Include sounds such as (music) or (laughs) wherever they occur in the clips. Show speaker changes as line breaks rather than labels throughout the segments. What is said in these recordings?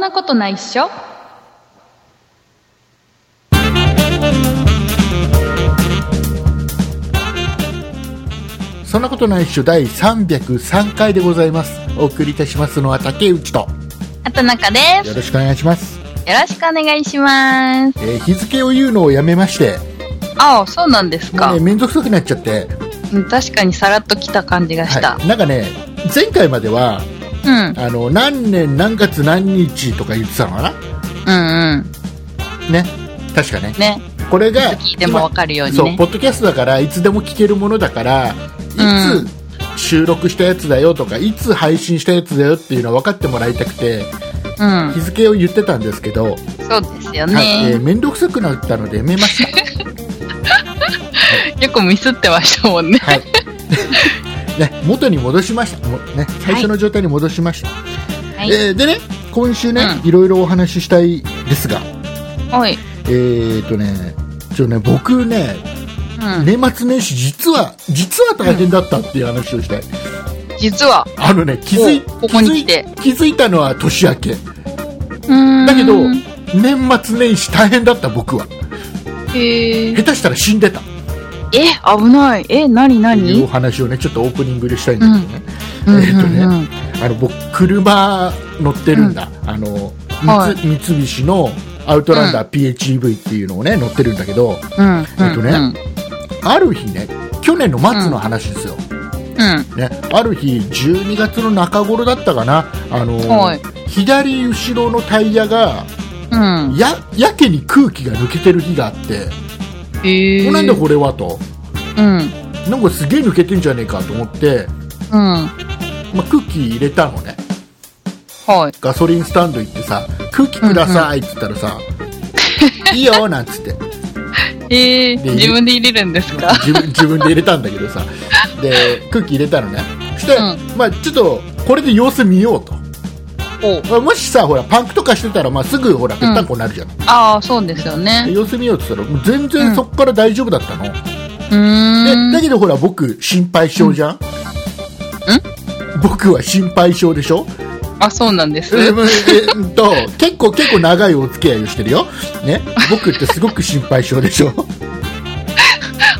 なことないっしょ
そんなことないっしょ第303回でございますお送りいたしますのは竹内と
あと中で
よろしくお願いします、
すよろしくお願いします
えー日付を言うのをやめまして
ああそうなんです
も
か、
うね面倒くさくなっちゃって、
うん確かにさらっと来た感じがした、
はい、なんかね前回までは
うん
あの何年何月何日とか言ってたのかな
うんうん
ね確かね
ね
これが
聞いてもわかるように
そう
ね
ポッドキャストだからいつでも聞けるものだからい
うん
つ収録したやつだよとか、いつ配信したやつだよっていうのは分かってもらいたくて
うん
日付を言ってたんですけど、
そうですよ
はいえ
ね、
ー面倒、くさくなったのでやめま
(laughs)
した
よくミスってましたもんね
はいね、元に戻しましたも、ね、最初の状態に戻しました、
はい
えーでね今週ね、
う
いろいろお話ししたいですが
はい
えー、とねちょね僕ね
うん、
年末年始実は実は大変だったっていう話をしたい、
実は
あのね気づい
おここに来て
気づい気づいたのは年明けだ
だ
けど年末年始大変だった僕は
えー
下手したら死んでたって
え危ないえ何
いうお
何
話をねちょっとオープニングでしたいんだけどね、
うん
えっとね
うんうん
あの僕車乗ってるんだ、あの三,、
はい
三菱のアウトランダー PHEV っていうのをね乗ってるんだけど、
うん
えっとねある日ね去年の末の話ですよ、
うん
ね、ある日12月の中頃だったかなあの、
はい
左後ろのタイヤが
うん
ややけに空気が抜けてる日があって、
え
なんだこれはと
うん
なんかすげえ抜けてんじゃねえかと思って、
うん
まあ、空気入れたのね
はい
ガソリンスタンド行ってさ空気くださいって言った
(laughs)
らさ、いいよなんつって
えー、
で
自分で入れるんですか
自分 (laughs) 自分で入れたんだけどさで空気入れたのねそして、
う
まあ、ちょっとこれで様子見ようと、
お
まあもしさほらパンクとかしてたら、まあ、すぐほらぺったんこになるじゃん、
ああそうですよね
様子見ようって言ったらもう全然そっから大丈夫だったの、
うーん
でだけどほら僕心配性じゃん、僕は心配性でしょ、
あそうなんです (laughs)
えむえっと結構結構長いお付き合いをしてるよ、ね、僕ってすごく心配性でしょ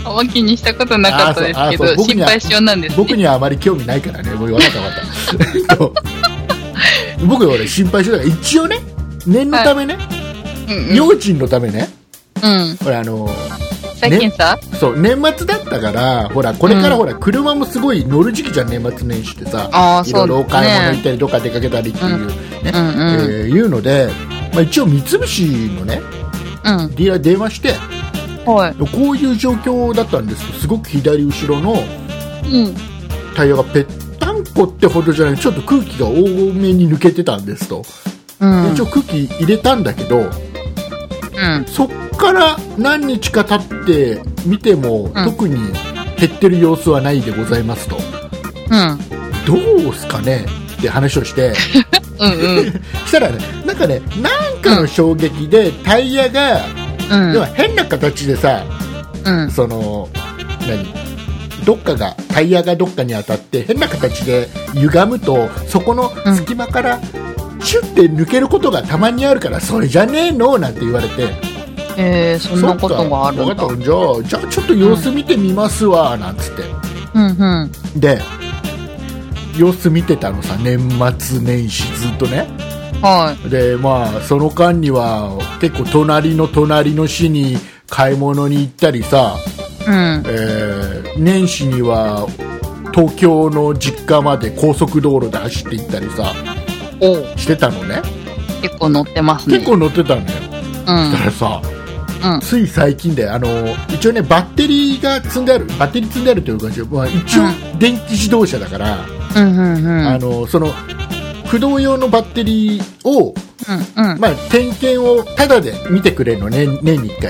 あんま気にしたことなかったですけ
あーそうあーそ
ど
う僕に
心
は
配性なんですね
僕にはあまり興味ないからねもう分かった分かった
(laughs)
えっと僕は俺心配性だから一応ね念のためね、
うんうん、
用心のためね
うん、
ほらあの
再検査、
そう年末だったからほらこれから
うん
ほら、車もすごい乗る時期じゃん年末年始ってさ
ああ
い
そ
ろ
う
いろお
です
買い物行っ
ね
たりどっか出かけたりっていう、ね
うんうん
えーいうので、まあ、一応三菱のね
うん
ディーラーに電話して
はい
こういう状況だったんですけどすごく左後ろの
うん
タイヤがぺったんこってほどじゃないちょっと空気が多めに抜けてたんですと、
うん
一応空気入れたんだけど
うん
そっから何日か経って見ても、
うん
特に減ってる様子はないでございますと
うん
どうすかねって話
(laughs)
をして
うんうん
したらねなんかねなんかの衝撃でタイヤが、 (laughs)
うん
要は変な形でさ
うん
その何どっかがタイヤがどっかに当たって変な形で歪むとそこの隙間からシュッて抜けることがたまにあるからそれじゃねえのなんて言われて
えー、そんなことがある
そっ
ん
か
だ
わかったじゃあじゃあちょっと様子見てみますわ、なんつって
うんうん
で様子見てたのさ年末年始ずっとね
は
でまあその間には結構隣の隣の市に買い物に行ったりさ、
いうん
えー年始には東京の実家まで高速道路で走って行ったりさ
お
してたのね
結構乗ってますね
結構乗ってたのよ、
うん
だからさ、
うん
つい最近であの一応ねバッテリーが積んであるバッテリー積んであるというか、まあ、一応電気自動車だから、
うんうんうん
あのその駆動用のバッテリーを、
うんうん
まあ、点検をタダで見てくれるのね年に1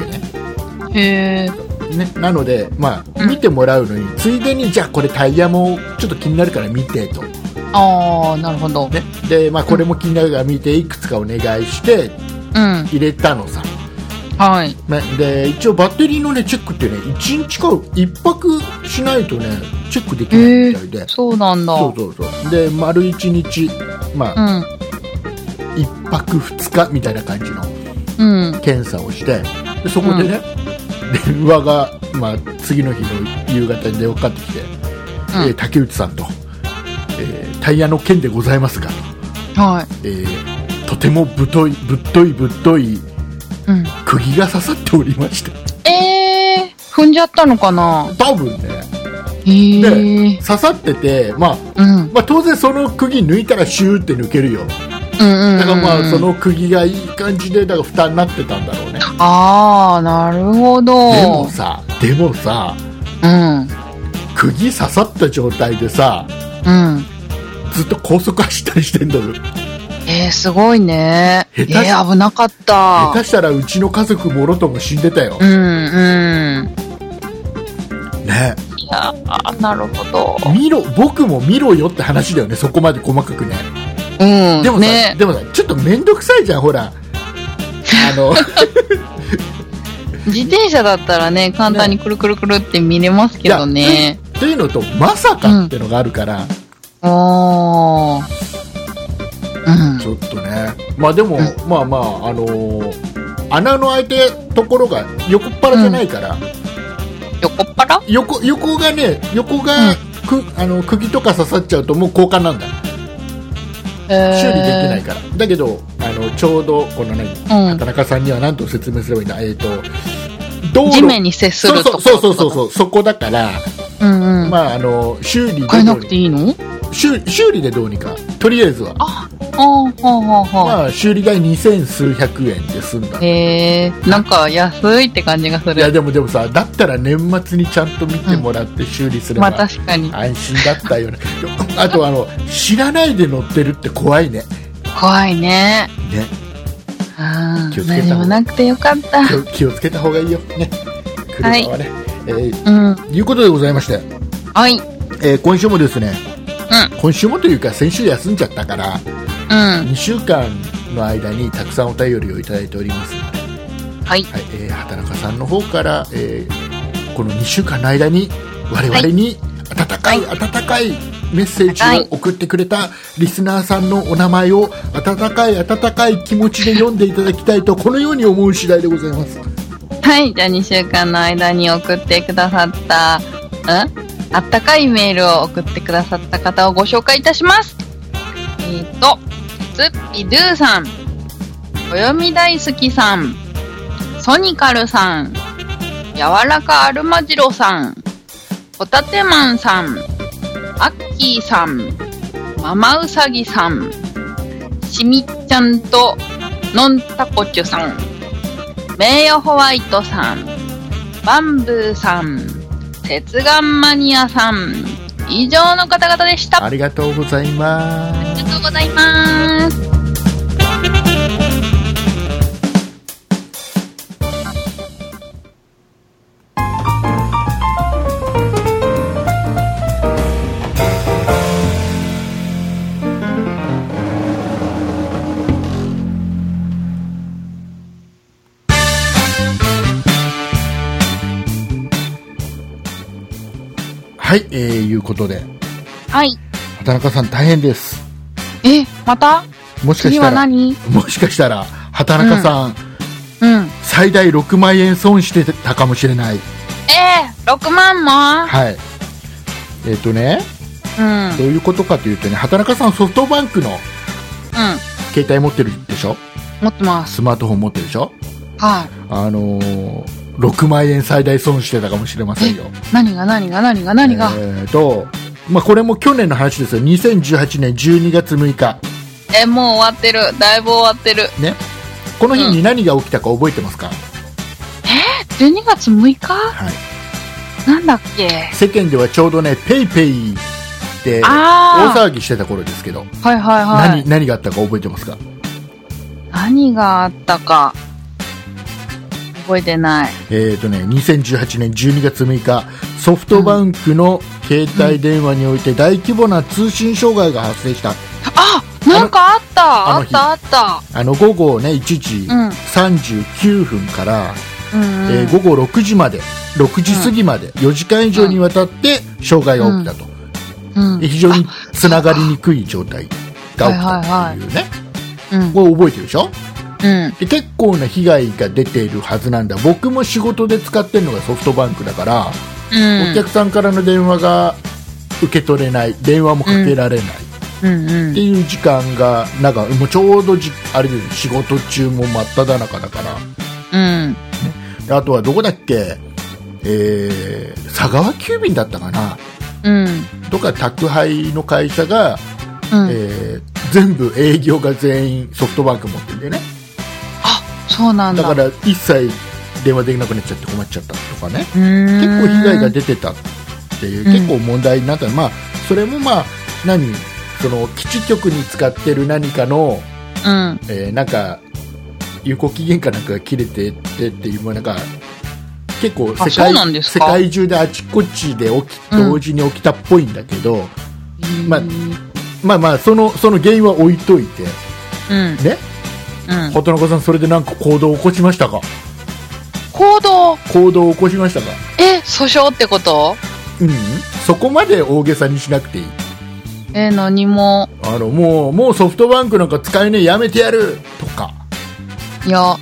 回ね
へえ
ね、なので、まあ、
うん
見てもらうのに、ついでにじゃあこれタイヤもちょっと気になるから見てと、ね
ああなるほど
でまあ、これも気になるから見ていくつかお願いして
うん
入れたのさ、
はい
ね、で一応バッテリーの、ね、チェックってね1日か1泊しないとねチェックできないみたいで、
そうなんだ
そうそうそうで丸1日、まあ
うん
1泊2日みたいな感じの
うん。
検査をしてでそこでね、電話が、まあ、次の日の夕方に電話かかってきて、えー竹内さんと、えータイヤの件でございますが、
は
えーとてもぶといぶっといぶっとい
い。うん。
釘が刺さっておりまして
えー、踏んじゃったのかな
多分ね
え
で
ー
刺。さってて、まあ、
うん。うん
まあ当然その釘抜いたらシューって抜けるよ
うんうん。
だからまあそ。の釘がいい感じでだから蓋になってたんだろうね
ああ、なるほど。
でもさでもさ
うん。
釘刺さった状態でさ
うん。
ずっと高速走ったりしてんだぞ
えー、すごいね。え
下手し
ー、危なかった
下。手したらうちの家族もろとも死んでたよ
う、んうん。い
ね
やー、なるほど。
見ろ僕も見ろよって話だよねそこまで細かくね
うん。
でもさ、
ね。
でもさちょっと面倒くさいじゃんほら
(laughs)
あの
自転車だったらね、簡単にくるくるくるって見れますけどね。
というのとまさかってのがあるから、
おー。うん。
ちょっとねまあでも、
う
まあまああのー穴の開いてところが横っ腹じゃないから、
横っ腹
横横がね横が、
うん
くあの釘とか刺さっちゃうともう交換なんだ修理できないから、だけどあのちょうどこのね
ない
田中さんには何と説明すればいいんだえっ、と道
うん。
路
地面に接するとこ
そうそうそうそうそうそこだから、
う。うんうん。
まああの修理で
変え
ど
な
う
く
に
ていいの
修修理でどうにかとりあえずは
あーはあはあはあ。
まあ修理代二千数百円で済んだ
へー、なんか安いって感じがす
いや
る。
でもでもさだったら年末にちゃんと見てもらって修理すれ
ま
ば、
あ確かに。
安心だったよね (laughs) あとあの知らないで乗ってるって怖いね
怖いね。
ね
あ
気を
ー
つけた
何もなくてよかった。
気を気をつけた方がいいよね車
はい
はね、いえー
うん。
いうことでございまして、
はい。
えー今週もですね、
う
今週もというか先週休んじゃったから
うん。
2週間の間にたくさんお便りをいただいておりますので、
はい。
はいえー畑中さんの方から、えーこの2週間の間に我々に温かい、温かいメッセー
は
ジ
い
を送ってくれたリスナーさんのお名前を温かい温かい気持ちで読んでいただきたいとこのように思う次第でございます
はい。じゃあ2週間の間に送ってくださった、んあったかいメールを送ってくださった方をご紹介いたします。えっ、ー、と、ツッピドゥさん、暦大好きさん、ソニカルさん、柔らかアルマジロさん、ホタテマンさん、アッキーさん、ママウサギさん、しみっちゃんとのんたこちゅさん、名誉ホワイトさん、バンブーさん、鉄眼マニアさん、以上の方々でした。あ
ありがとうございま
り
す
がとうございます。
はい、えー、いうことで
はい。
畑中さん大変です
え、また
もしか
次
した
は
ら
何
もしかしたら畑中さん、
うん。
最大6万円損してたかもしれない
えー、6万も
はいえっ、とね
うん。うん。
どういうことかというとね畑中さんソフトバンクの携帯持ってるでしょ
持ってます。
スマートフォン持ってるでしょ
はい。
あのー、6万円最大損してたかもしれませんよ
何が何が何が何が
えーとまあこれも去年の話ですよ2018年12月6日
えもう終わってる。だいぶ終わってる。
ねこの日に何が起きたか覚えてますか、
12月6日
はい、
なんだっけ
世間ではちょうどねペイペイって大
あー
騒ぎしてた頃ですけど、
はいはいはい。
何何があったか覚えてますか
何があったか。覚えてない。
えーとね、2018年12月6日ソフトバンクの携帯電話において大規模な通信障害が発生した、
あなんかあった
あ
あ
の
っ
日
たあった
あの午後、ね、1時
うん
39分から、
うんうん。
えー午後6時まで6時過ぎまで4時間以上にわたって障害が起きたと、
うん
で非常につながりにくい状態が起きたっていうね、
うん。
これ覚えてるでしょ
うん。
で結構な被害が出ているはずなんだ僕も仕事で使ってるのがソフトバンクだから、
うん。
お客さんからの電話が受け取れない電話もかけられな
う
い、
んう
っ
ん
て。いう時間がなんかもうちょうどじあれで仕事中も真っ只中だから
うん。
であとはどこだっけ、えー佐川急便だったかな
うん。
とか宅配の会社が、
うん。
えー全部営業が全員ソフトバンク持ってるんでね
そうなんだ。
だから一切電話できなくなっちゃって困っちゃったとかね
結
結構被害が出てたっていう、
うん
結構問題になった、まあ、それも、まあ、何その基地局に使ってる何かの、
うん。
えーなんか有効期限かなんかが切れてってっていうもうなんか結構世
そう
界
なんです
世
か
界中であちこちで起き
うん
同時に起きたっぽいんだけど、まあ
うん。
まあまあそのその原因は置いといて
うん。
ね
うん。
畑中さんそれでなんか行動を起こしましたか
行動、
行動を起こしましたか
え、訴訟ってこと
うんそこまで大げさにしなくていい
え、何も、
あのもうもうソフトバンクなんか使えねえやめてやるとか
いや、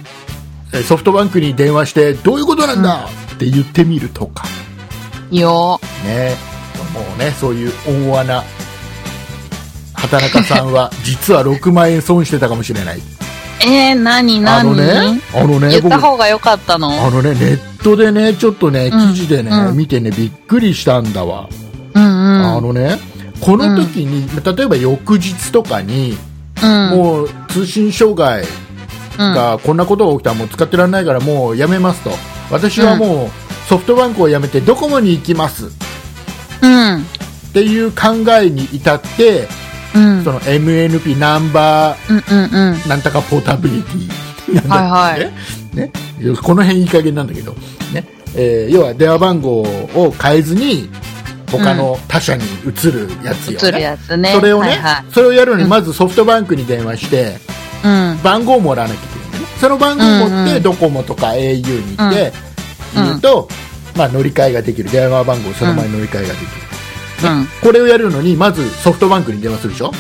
えソフトバンクに電話してどういうことなんだ、って言ってみるとか
いや、
ねもうねそういう大穴畑中さんは実は6万円損してたかもしれない
えー、何、
あ
何
のねあのね
言った
あ
方が良かったの
のねネットでねちょっとね
うん
記事でね、
うん
見てねびっくりしたんだわ、
うん
あ
うん。
のねこの時に、例えば翌日とかに、
うん。
もう通信障害
うん、
がこんなことが起きたらもう使ってられないからもうやめますと私はもうソフトバンクをやめてドコモに行きます
うん。
っていう考えに至って
うん。
その MNP ナンバ
うんうんうん。
ーなんとかポータビリティなんだっけ
は
ねねこの辺いい加減なんだけど、ねえー要は電話番号を変えずに他の他社に移るやつよ
映る
ね。
やつね。
それをね、
はいはい、
それをやるのに
うん
まずソフトバンクに電話して、
うん。
番号をもらわなきゃいけないんだよねその番号を持っ
うんう
て
ん
ドコモとか au に行って、
うん
言うと、まあ、乗り換えができる電話番号その前に乗り換えができる、
うん。
これをやるのにまずソフトバンクに電話するでしょ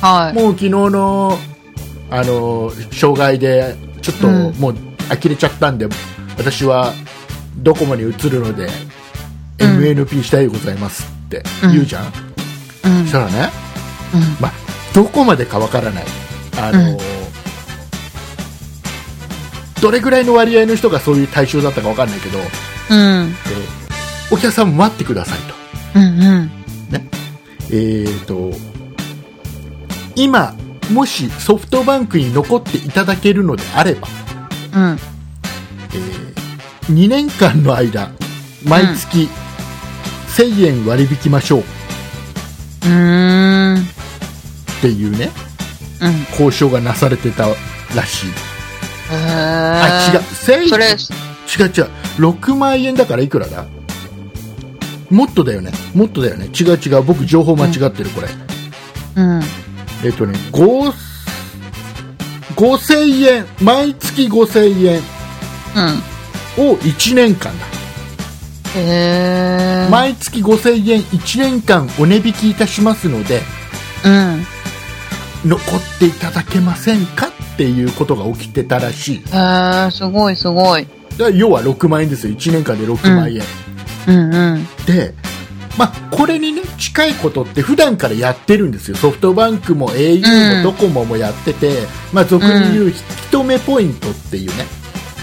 はい。
もう昨日のあの障害でちょっと
うん
もう呆れちゃったんで、私はドコモに移るので、
うん
MNP したいでございますって言うじゃん、
うん。
そしたらね
うん。
まあ、どこまでかわからない、あのー
うん
どれぐらいの割合の人がそういう対象だったかわかんないけど、え
うん。
ーお客さん待ってくださいと,、
うんうん。
えー、と今、もしソフトバンクに残っていただけるのであれば、
うん。
え2年間の間毎月1000円割り引きましょうっ
うーん。
ていうね
うん。
交渉がなされてたらしい。
へー
あ違う1000円
それ、
違う違う6万円だからいくらだもっとだよねもっとだよね違う違う僕情報間違ってるこれ、
うん。
えっとね5 5000円毎月5000円
うん。
を1年間だ、
へー
毎月5000円1年間お値引きいたしますので
うん。
残っていただけませんかっていうことが起きてたらしい
へーすごいすごい。
だから要は6万円ですよ1年間で6万円、
うんうん。
で、まあ、これに、ね、近いことって普段からやってるんですよソフトバンクも au
うん
もドコモもやってて、まあ、俗に言う引き止めポイントっていう
うん
ね、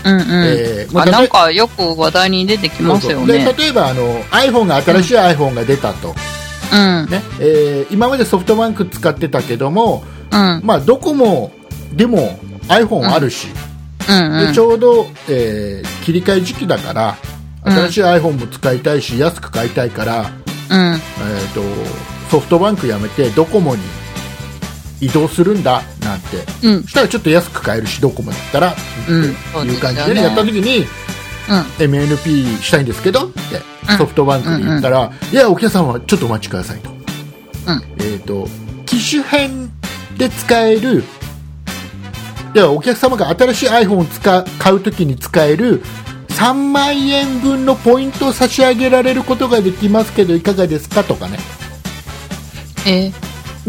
うん。
えーま
あ、
あ例え
なんかよく話題に出てきますよ
で
ね。
例えばあの iPhone が新しい iPhone が出たと、
うん。うん。
ねえー今までソフトバンク使ってたけども、まあ、ドコモでも iPhone あるし、
うんう
で
ん
ち。ょうど、えー切り替え時期だから新しい iPhone も使いたいし安く買いたいか
うん。
ら、えー、とソフトバンクやめてドコモに移動するんだなんて
うん
そ。したらちょっと安く買えるしドコモだったらって
うん
いう感じ
そうですよ
で、
ね
ね、やった時に
うん。
MNP したいんですけどって
うん
ソフトバンクに言ったら、いやお客さんはちょっとお待ちくださいと,、
うん
えー、と機種変で使えるいやお客様が新しい iPhone を使う買う時に使える3万円分のポイントを差し上げられることができますけどいかがですかとかね
え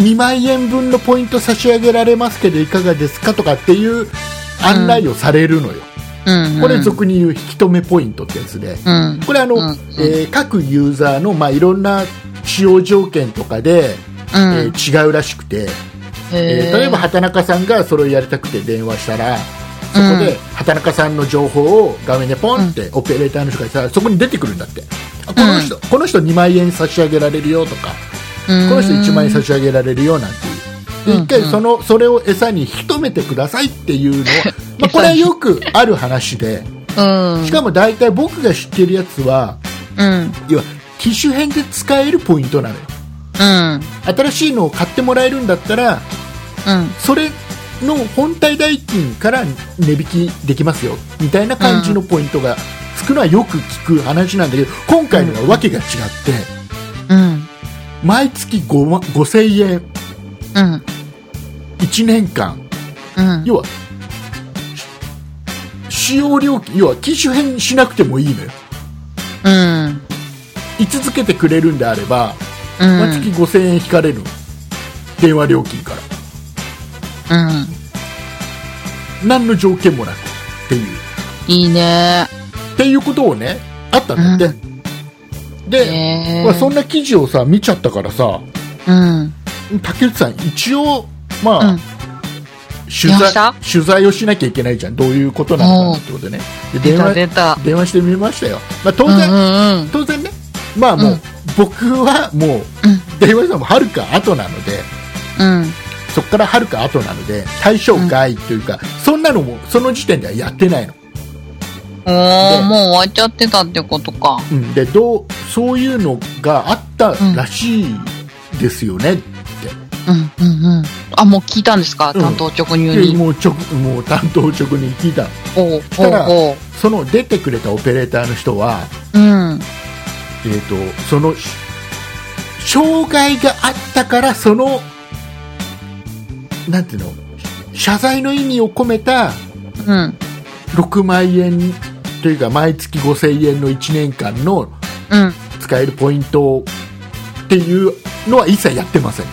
2万円分のポイント差し上げられますけどいかがですかとかっていう案内をされるのよ、
うん。
これ俗に言う引き止めポイントってやつで、
うん。
これあの、
うん
えー各ユーザーの、まあ、いろんな使用条件とかで、
うん。
えー違うらしくて、えー例えば、畑中さんがそれをやりたくて電話したらそこで畑中さんの情報を画面でポンってオペレーターの人がしたらそこに出てくるんだってあこの人、この人2万円差し上げられるよとか
こ
この人1万円差し上げられるよなんていう。で
うん
一回そのそれを餌に引き止めてくださいっていうのは、まあ、
餌に
これはよくある話で
うん。
しかも大体僕が知ってるやつは
うん。
要は機種編で使えるポイントなのよ
うん。
新しいのを買ってもらえるんだったら
うん。
それの本体代金から値引きできますよみたいな感じのポイントがつくのはよく聞く話なんだけど今回のはわけが違って
うん。
毎月5万5000円
うん。
1年間
うん。
要は使用料金要は機種変しなくてもいいのよ
うん。
居続けてくれるんであれば
うん。
毎月5000円引かれるの電話料金から
うん。
何の条件もなくっていう
いいね。
っていうことをねあったんだって、で、
へー
まあ、そんな記事をさ見ちゃったからさ
うん。
竹内さん一応まあ、
うん
取
見ま
材
した
取材をしなきゃいけないじゃんどういうことなのかなってことねで
出
電
た出
話
た。
電話してみましたよ、まあ、当
うんう
然、
んうん。
当然ねまあもう、
うん
僕はもう電話したのもはるか後なので
うん。
そこからはるか後なので対象外というか、そんなのもその時点ではやってないの
おー、もう終わっちゃってたってことか。
うん、でどうそういうのがあったらしいですよね、
うんうんうん。あ、もう聞いたんですか
うん
担当直入
で
に。
もう直もう担当直に聞いたの
おう
したら
おうおう。
その出てくれたオペレーターの人は、
うん。
えー、とそのし障害があったからそのなんていうの謝罪の意味を込めた
うん。
6万円というか毎月5000円の1年間の
うん。
使えるポイントっていうのは一切やってませんと。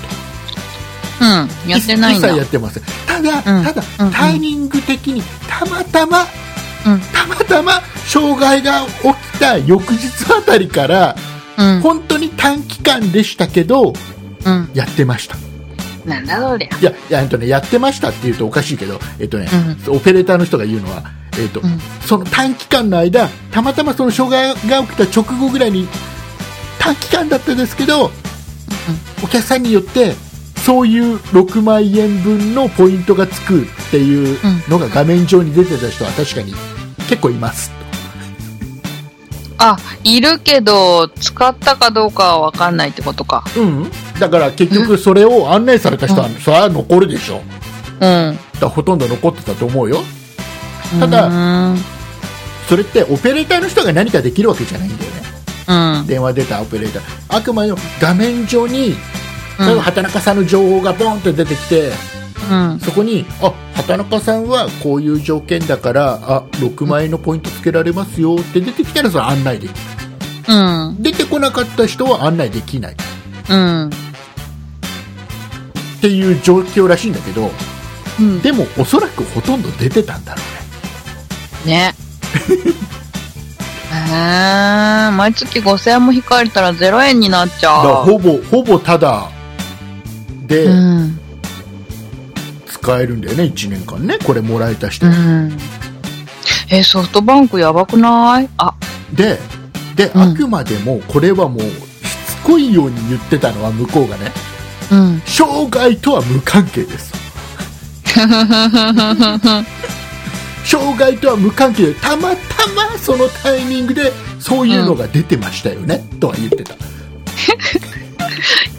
うん。やってないんだ。
一切や
う
ってませんただ、
うん
ただ、
うんうん
タイミング的にたまたま、
うん
たまたま障害が起きた翌日あたりから、
ん。
本当に短期間でしたけど
うん。
やってました
なんだそりゃ。
いやいや,、えっとね、やってましたっていうとおかしいけど、えっとねオペレーターの人が言うのは、えっと
うん
その短期間の間たまたまその障害が起きた直後ぐらいに短期間だったんですけど、お客さんによってそういう6万円分のポイントがつくっていうのが画面上に出てた人は確かに結構います、
あ、いるけど、使ったかどうかはわかんないってことか。
うん、だから結局それを案内された人は、それは残るでしょ
うん。
だからほとんど残ってたと思うよただ
うーん。
それってオペレーターの人が何かできるわけじゃないんだよね
うん。
電話出たオペレーターあくまでも画面上に
うん
例えば畑中さんの情報がボンって出てきて、
うん。
そこにあ畑中さんはこういう条件だからあ6万円のポイントつけられますよって出てきたらそれ案内できる
うん。
出てこなかった人は案内できない
うん。
っていう状況らしいんだけど
うん。
でもおそらくほとんど出てたんだろうね
(laughs) ね。えー、毎月5000円も引かれたら0円になっち
だから
ゃう。
ほぼほぼただで
うん。
使えるんだよね1年間ねこれもらえた人
う
は
ん。え、ソフトバンクやばくないあ、
でで、
うん
あくまでもこれはもうしつこいように言ってたのは向こうがね
うん。
障害とは無関
(laughs)
係です障害とは無関係でたまたまそのタイミングでそういうのが出てましたよね、とは言ってた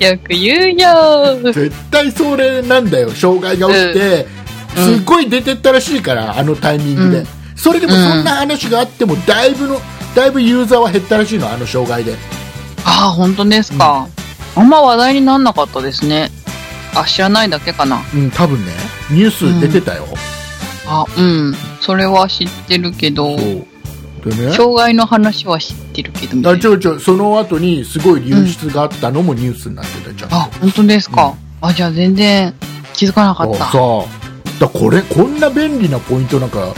よく言うよ
絶対それなんだよ障害が起きて、
うん
すっごい出てったらしいからあのタイミングで、
うん
それでもそんな話があってもだいぶのだいぶユーザーは減ったらしいのあの障害で
ああ、本当ですか。あんま話題になんなかったですね。あ、知らないだけかな。
うん多分ねニュース出てたよ、
あ、うん。それは知ってるけど、
そうでね
障害の話は知ってるけどみたい
あ
な
ちょいちょいその後にすごい流出があったのもニュースになってたじゃん、
あ、本当ですか。あ、じゃあ全然気づかなかった。
そうだこれこんな便利なポイントなんか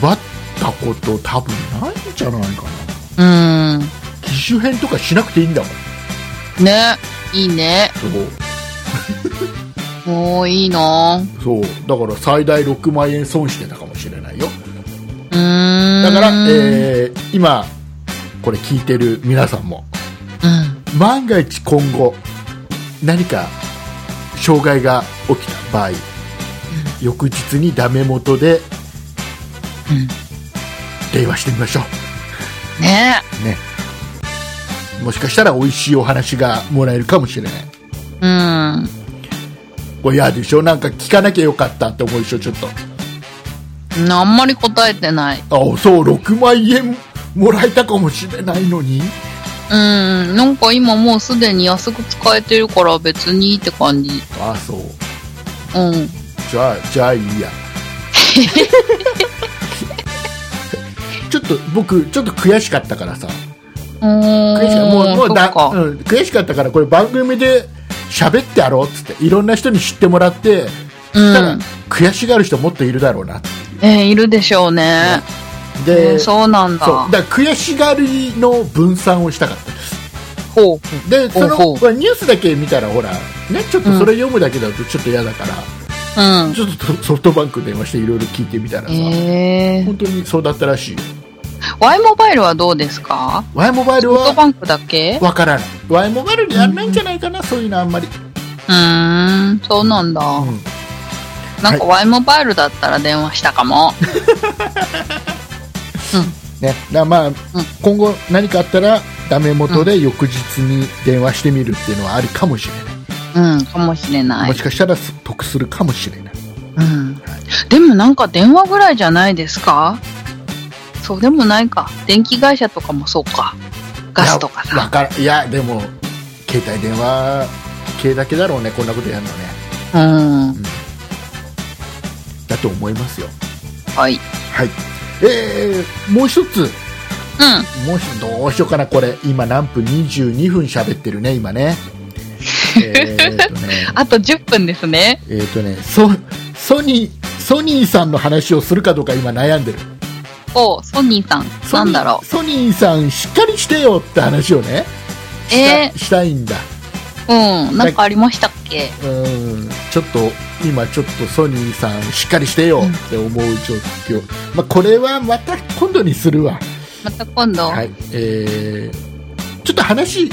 配ったこと多分ないんじゃないかな
うん。
機種変とかしなくていいんだもん
ね。いいね。
そ
もういいな
うそうだから最大6万円損してたかもしれないよ
うーん。
だから、
ー、
えー今これ聞いてる皆さんも
うん。
万が一今後何か障害が起きた場合、翌日にダメ元で
うん。
電話してみましょう
ね
ねもしかしたら美味しいお話がもらえるかもしれな
う
い
ん。
これ嫌でしょなんか聞かなきゃよかったって思うでしょちょっと
あんまり答えてない。
あそう6万円もらえたかもしれないのに
うん。なんか今もうすでに安く使えてるから別にいいって感じ。
あそう
うん。
じゃあじゃあい
(laughs)
いやちょっと僕ちょっと悔しかったからさ
お
悔しかもうもうだ
そっか。
うん、悔しかったからこれ番組で喋ってやろうっつっていろんな人に知ってもらって
う
たら
ん。
悔しがる人もっといるだろうなって
えーいるでしょうね。
で、
えーそうなんだ。
そうだから悔しがりの分散をしたかった
ほう。
でその
ほうほ
ニュースだけ見たらほら、ね、ちょっとそれ読むだけだとちょっと嫌だから、
うん。
ちょっとソフトバンクに電話していろいろ聞いてみたらさ、
えー、
本当にそうだったらしい
Y モバイルはどうですか
Y モバイル
ソフト
は
バンクだけ
わからない Y モバイルでやらないんじゃないかな、そういうのあんまり、
うーん、そうなんだ。
うん
なんか Y モバイルだったら電話したかも。
ね、だまあ、今後何かあったらダメ元で翌日に電話してみるっていうのはありかもしれない、
うん、かもしれな
も
い
し。かしたら得するかもしれない
うん。でもなんか電話ぐらいじゃないですかそうでもないか。電気会社とかもそうか。ガスとか
いやわ
さ。
からいやでも携帯電話系だけだろうねこんなことやるのね
うん。
だと思いますよ
はい。うん。
はいえー、もう一つもう一つどうしようかなこれ今何分22分喋ってるね今ね (laughs) えーっとね
あと10分ですね。
えーっとねソソニーソニーさんの話をするかどうか今悩んでる
おソニーさん。
ソ
な
ニー
んだろ
ソニーさんしっかりしてよって話をね
う。
した,、
え
したいんだ
ー、うん。なんかありましたっけ
うんちょっと今ちょっとソニーさんしっかりしてよって思う状況、まあ、これはまた今度にするわ
また今度。
はいえー、ちょっと話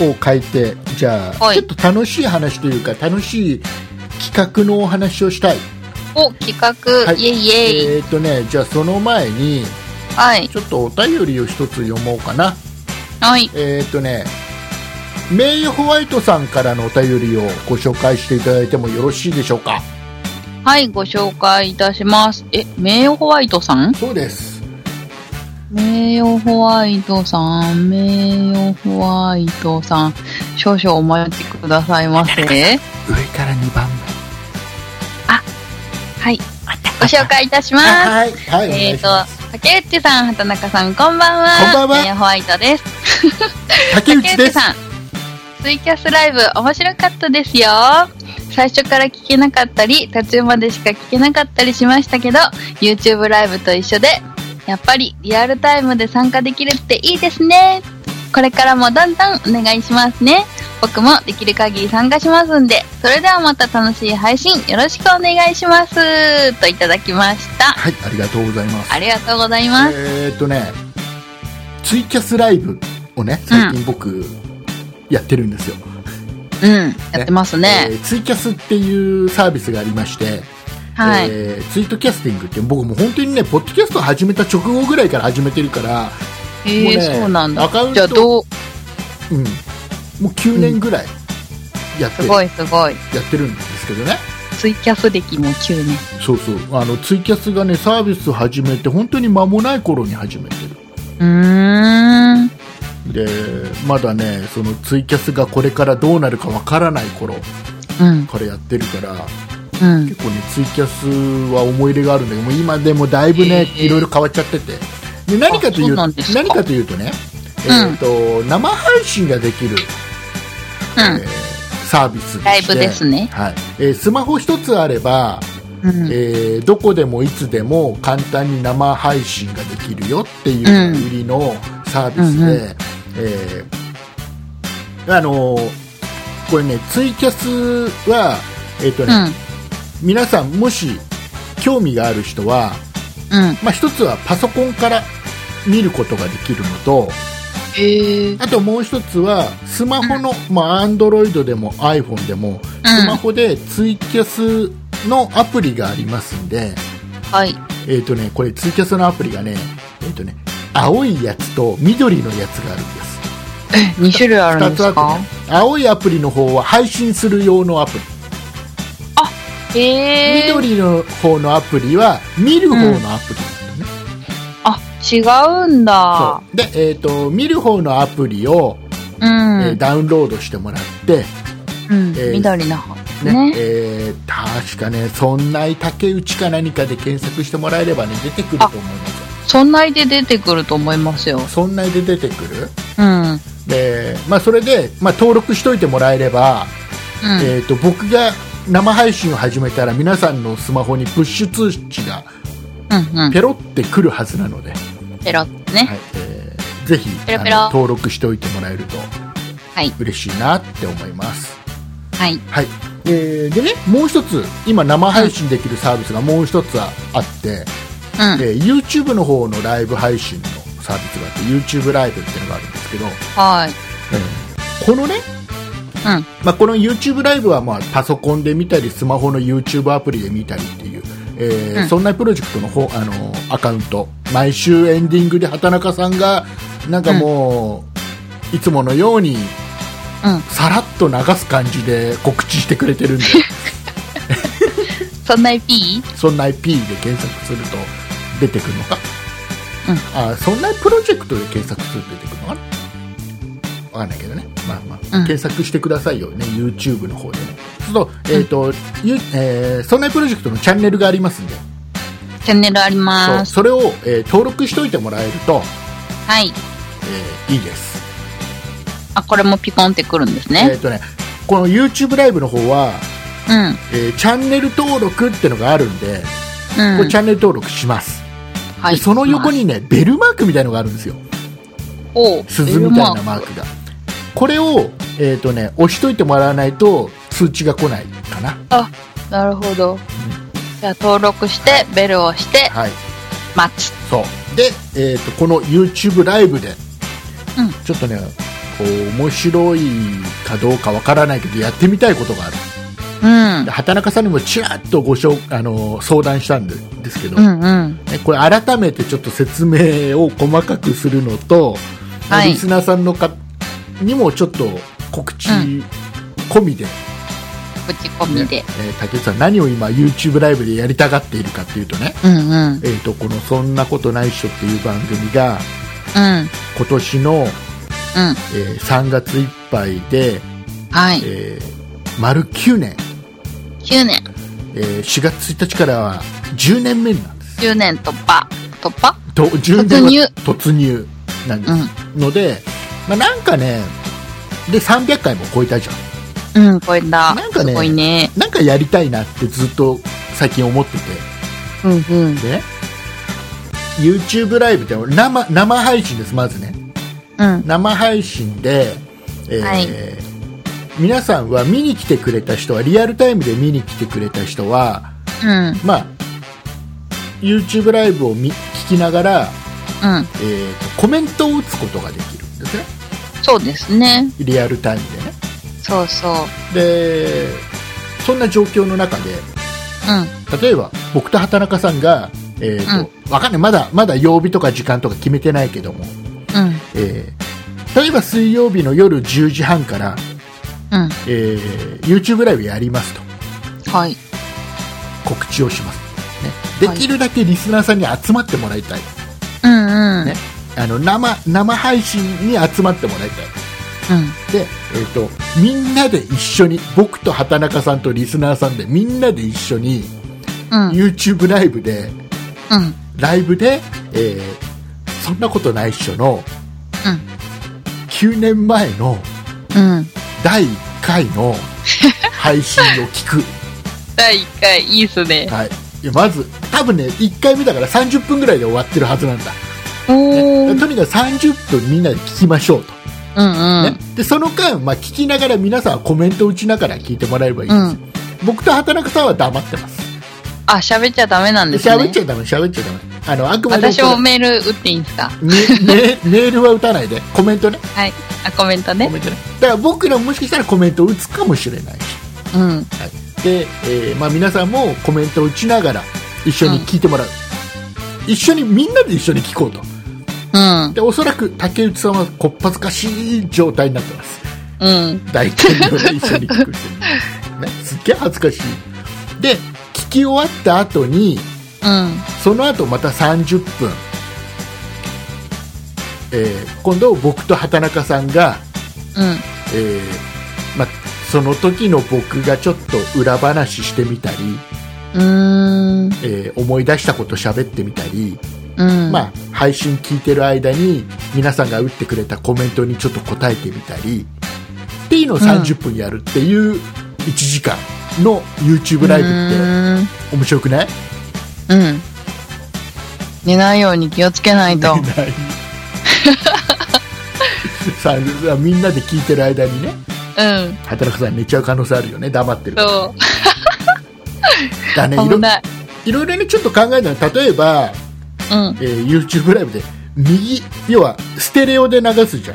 を変えてじゃあ、
はい
ちょっと楽しい話というか楽しい企画のお話をしたい、
お、企画、
はい
イエイイエイ。
えーっとねじゃあその前に
はい。
ちょっとお便りを一つ読もうかな
はい。
えーっとねメイホワイトさんからのお便りをご紹介していただいてもよろしいでしょうか
はい、ご紹介いたします。え、名誉ホワイトさん
そうです
名誉ホワイトさん、名誉ホワイトさん。少々お待ちくださいませ。
上から2番
はい。ご紹介いたしま
目 (laughs)
す。
はいは
え
い、お願
っ、
いし
と
ます、
竹内さん、畑中さん、こんばんは。
こんばんは
名誉ホワイトです。
竹内
竹
で
内
す
さん、ツイキャスライブ面白かったですよ。最初から聞けなかったり、途中までしか聞けなかったりしましたけど、YouTube ライブと一緒で、やっぱりリアルタイムで参加できるっていいですね。これからもどんどんお願いしますね。僕もできる限り参加しますんで、それではまた楽しい配信よろしくお願いします。といただきました。
はいありがとうございます
ありがとうございます。
えーっとね、ツイキャスライブをね、最近僕、やってるんですよ、
うん、やってます
え
ね。
ーツイキャスっていうサービスがありまして、
はい。
えーツイートキャスティングって、僕もう本当にね、ポッドキャスト始めた直後ぐらいから始めてるから、
え
も
ー、
うね
そうなん
ア
だ
カウン。ト
じゃあどう、
うん、もう9年ぐらいやって,、
すごいすごい。
やってるんですけどね、
ツイキャス歴も9年。
そうそうあの、ツイキャスがね、サービス始めて、本当に間もない頃に始めてる。
うーん。
でまだねそのツイキャスがこれからどうなるかわからない頃
うん。
からやってるから
うん。
結構ねツイキャスは思い入れがあるんだけどもう今でもだいぶね、
えー
いろいろ変わっちゃっててで何かという
あそうなんですか
何かというとね、
うん
えーと生配信ができる、
う
え
ん
ーサービスで
ライ
して
ブですね。
はいえースマホ一つあれば、
うん。
えーどこでもいつでも簡単に生配信ができるよっていう売りのサービスで、
うんうん
えーあのーこれねツイキャスは、えっと
う
ね
ん。
皆さんもし興味がある人は、
うん。
まあ、一つはパソコンから見ることができるのと
えー。
あともう一つはスマホの、まあ、Android でも iPhone でもスマホでツイキャスのアプリがありますんで、
はい。
えっ、とね、これツイキャスのアプリがね、えっ、とね、青いやつと緑のやつがあるんです。
2種類あるん
二
で
つ
す
あって
か
ね、青いアプリの方は配信する用のアプリ、
えー。
緑の方のアプリは見る方のアプリなんだよね。
あ、違うんだ。
そう。で、えっ、と、見る方のアプリを、
う
えー
ん。
ダウンロードしてもらって、
うん
えー
緑の方です
ね、
ね。
えー確かね、そんない竹内か何かで検索してもらえればね、出てくると思いますよ。
そんないで出てくると思いますよ。
そんないで出てくる
うん。うん。
で、まあ、それで、まあ、登録しといてもらえれば、えー、と僕が生配信を始めたら皆さんのスマホにプッシュ通知が
うんうん。
ペロってくるはずなので、
ペロってね。
はいえーぜひ
ペロペ
あ
ロ
の登録しておいてもらえると
はい。
嬉しいなって思います、
はい。
はいえーでね、もう一つ今生配信できるサービスがもう一つああって、 (laughs)
うん。
えー YouTube の方のライブ配信のサービスがあって YouTube ライブっていうのがあるんですけど、
はい。
このね、
うん
まあ、この YouTube ライブはまあパソコンで見たりスマホの YouTube アプリで見たりっていう、えー
うん
そんなプロジェクトの方あのーアカウント毎週エンディングで畑中さんがなんかもう、いつものように
うん
さらっと流す感じで告知してくれてるんで
そんない P?
そんな IP で検索すると出てくるのか、
うん
あそんなプロジェクトで検索すると出てくるのかなわかんないけどね、まあまあ
うん
検索してくださいよね YouTube の方でねそうすると,、えーとゆえーそんなプロジェクトのチャンネルがありますんで
チャンネルあり
そ
ま
う
す。
それを、えー登録しておいてもらえると、
はい。
えーいいです
あ、これもピコンってくるんです
えっ、
ね。
とねこの YouTube ライブの方は、
うん。
えーチャンネル登録ってのがあるんでこ
う
れ
ん
チ。ャンネル登録します、
は
でその横。にねベルマークみたいのがあるんですよ
おう
鈴みたいなマークがこれを、えーとね、押しといてもらわないと通知が来ないかな、
あ、なるほど。じゃあ登録して、ベルを押して、
はい、
待つ。
そうで、えー、とこの YouTube ライブで、
うん
ちょっとねこう面白いかどうかわからないけどやってみたいことがある
うん
で。畑中さんにもちらっとご紹あの相談したんでですけど、
う
ね
んうん。
これ改めてちょっと説明を細かくするのと、
はい
リスナーさんのかにもちょっと告知込みで、
口コミで。
えー竹内さん何を今 YouTube ライブでやりたがっているかっていうとね、
うんうん。
えー、とこの「そんなことないっしょ」っていう番組が
うん。
今年の、
うん。
えー3月いっぱいで、
はい。
えー丸9年、
9年。
えー4月1日からは10年目なんです
10年突破。突破
と10年
突入
は突入なんです、ので、まあ、なんかねで300回も超えたじゃん
うん。うん、これだ。
なんかね
すごいね。
なんかやりたいなってずっと最近思ってて
うんうん。
でね YouTube ライブって生生配信ですまずね
うん。
生配信で、えー
はい
皆さんは見に来てくれた人はリアルタイムで見に来てくれた人は、
うん。
まあ、YouTube ライブを見聞きながら、
うん。
えーとコメントを打つことができるんですね
そうですね。
リアルタイムでね
そうそう。
でそんな状況の中で
うん。
例えば僕と畑中さんが、えーとわかんないまだまだ曜日とか時間とか決めてないけども、
うん。
えー例えば水曜日の夜10時半から
うん。
えー YouTube ライブやりますと
はい。
告知をします、ね、
はい
できるだけリスナーさんに集まってもらいたい、
うんうん。
ねあの生生配信に集まってもらいたい
うん。
で、えー、とみんなで一緒に僕と畑中さんとリスナーさんでみんなで一緒に
うん。
YouTube ライブで
うん。
ライブで、えーそんなことないっしょ」の9年前の
うん。うん。
第1回の配信を聞く。
第1回、いいっすね。
(laughs) はい。いや、まず、多分ね、1回目だから30分ぐらいで終わってるはずなんだ。
お
ね
ー。
とにかく30分みんなで聞きましょうと。
うんう
ね
ん。、
で、その間、まあ、聞きながら皆さんはコメントを打ちながら聞いてもらえればいいんですよ。僕と畑中さんは黙ってます。
あ、喋っちゃダメなんです
喋っ
ね
ち。ゃダメ、喋っちゃダメ。あの、あくまでも
私
こ
も
れ
メール打っていいんですか (laughs)
ねねメールは打たないで、コメントね。
はい。あ、コメント
コ
ね。
メントね。だから僕らももしかしたらコメントを打つかもしれないし。
うん。
はい、で、えーまあ、皆さんもコメントを打ちながら一緒に聞いてもらう、一緒にみんなで一緒に聞こうと
うん。
でおそらく竹内さんはこっぱずかしい状態になってます
うん。
大体みんなで一緒に聞くっていう、ね、すっげえ恥ずかしいで聞き終わった後に
うん。
その後また30分、えー今度僕と畑中さんが、
うん。
えーまあ、その時の僕がちょっと裏話してみたり、
うーん。
えー思い出したこと喋ってみたり、
うん。
まあ、配信聞いてる間に皆さんが打ってくれたコメントにちょっと答えてみたりっていうのを30分やるっていう1時間の YouTube ライブっ
う
て面白くない
ーんうん。寝ないように気をつけないと。
ない (laughs) さあみんなで聞いてる間にね
うん。
畑中さん寝ちゃう可能性あるよね黙ってるから
そ
だね
う。
いろ
危ない。
いろいろねちょっと考えたら例えば、
うん。
えー YouTube ライブで右要はステレオで流すじ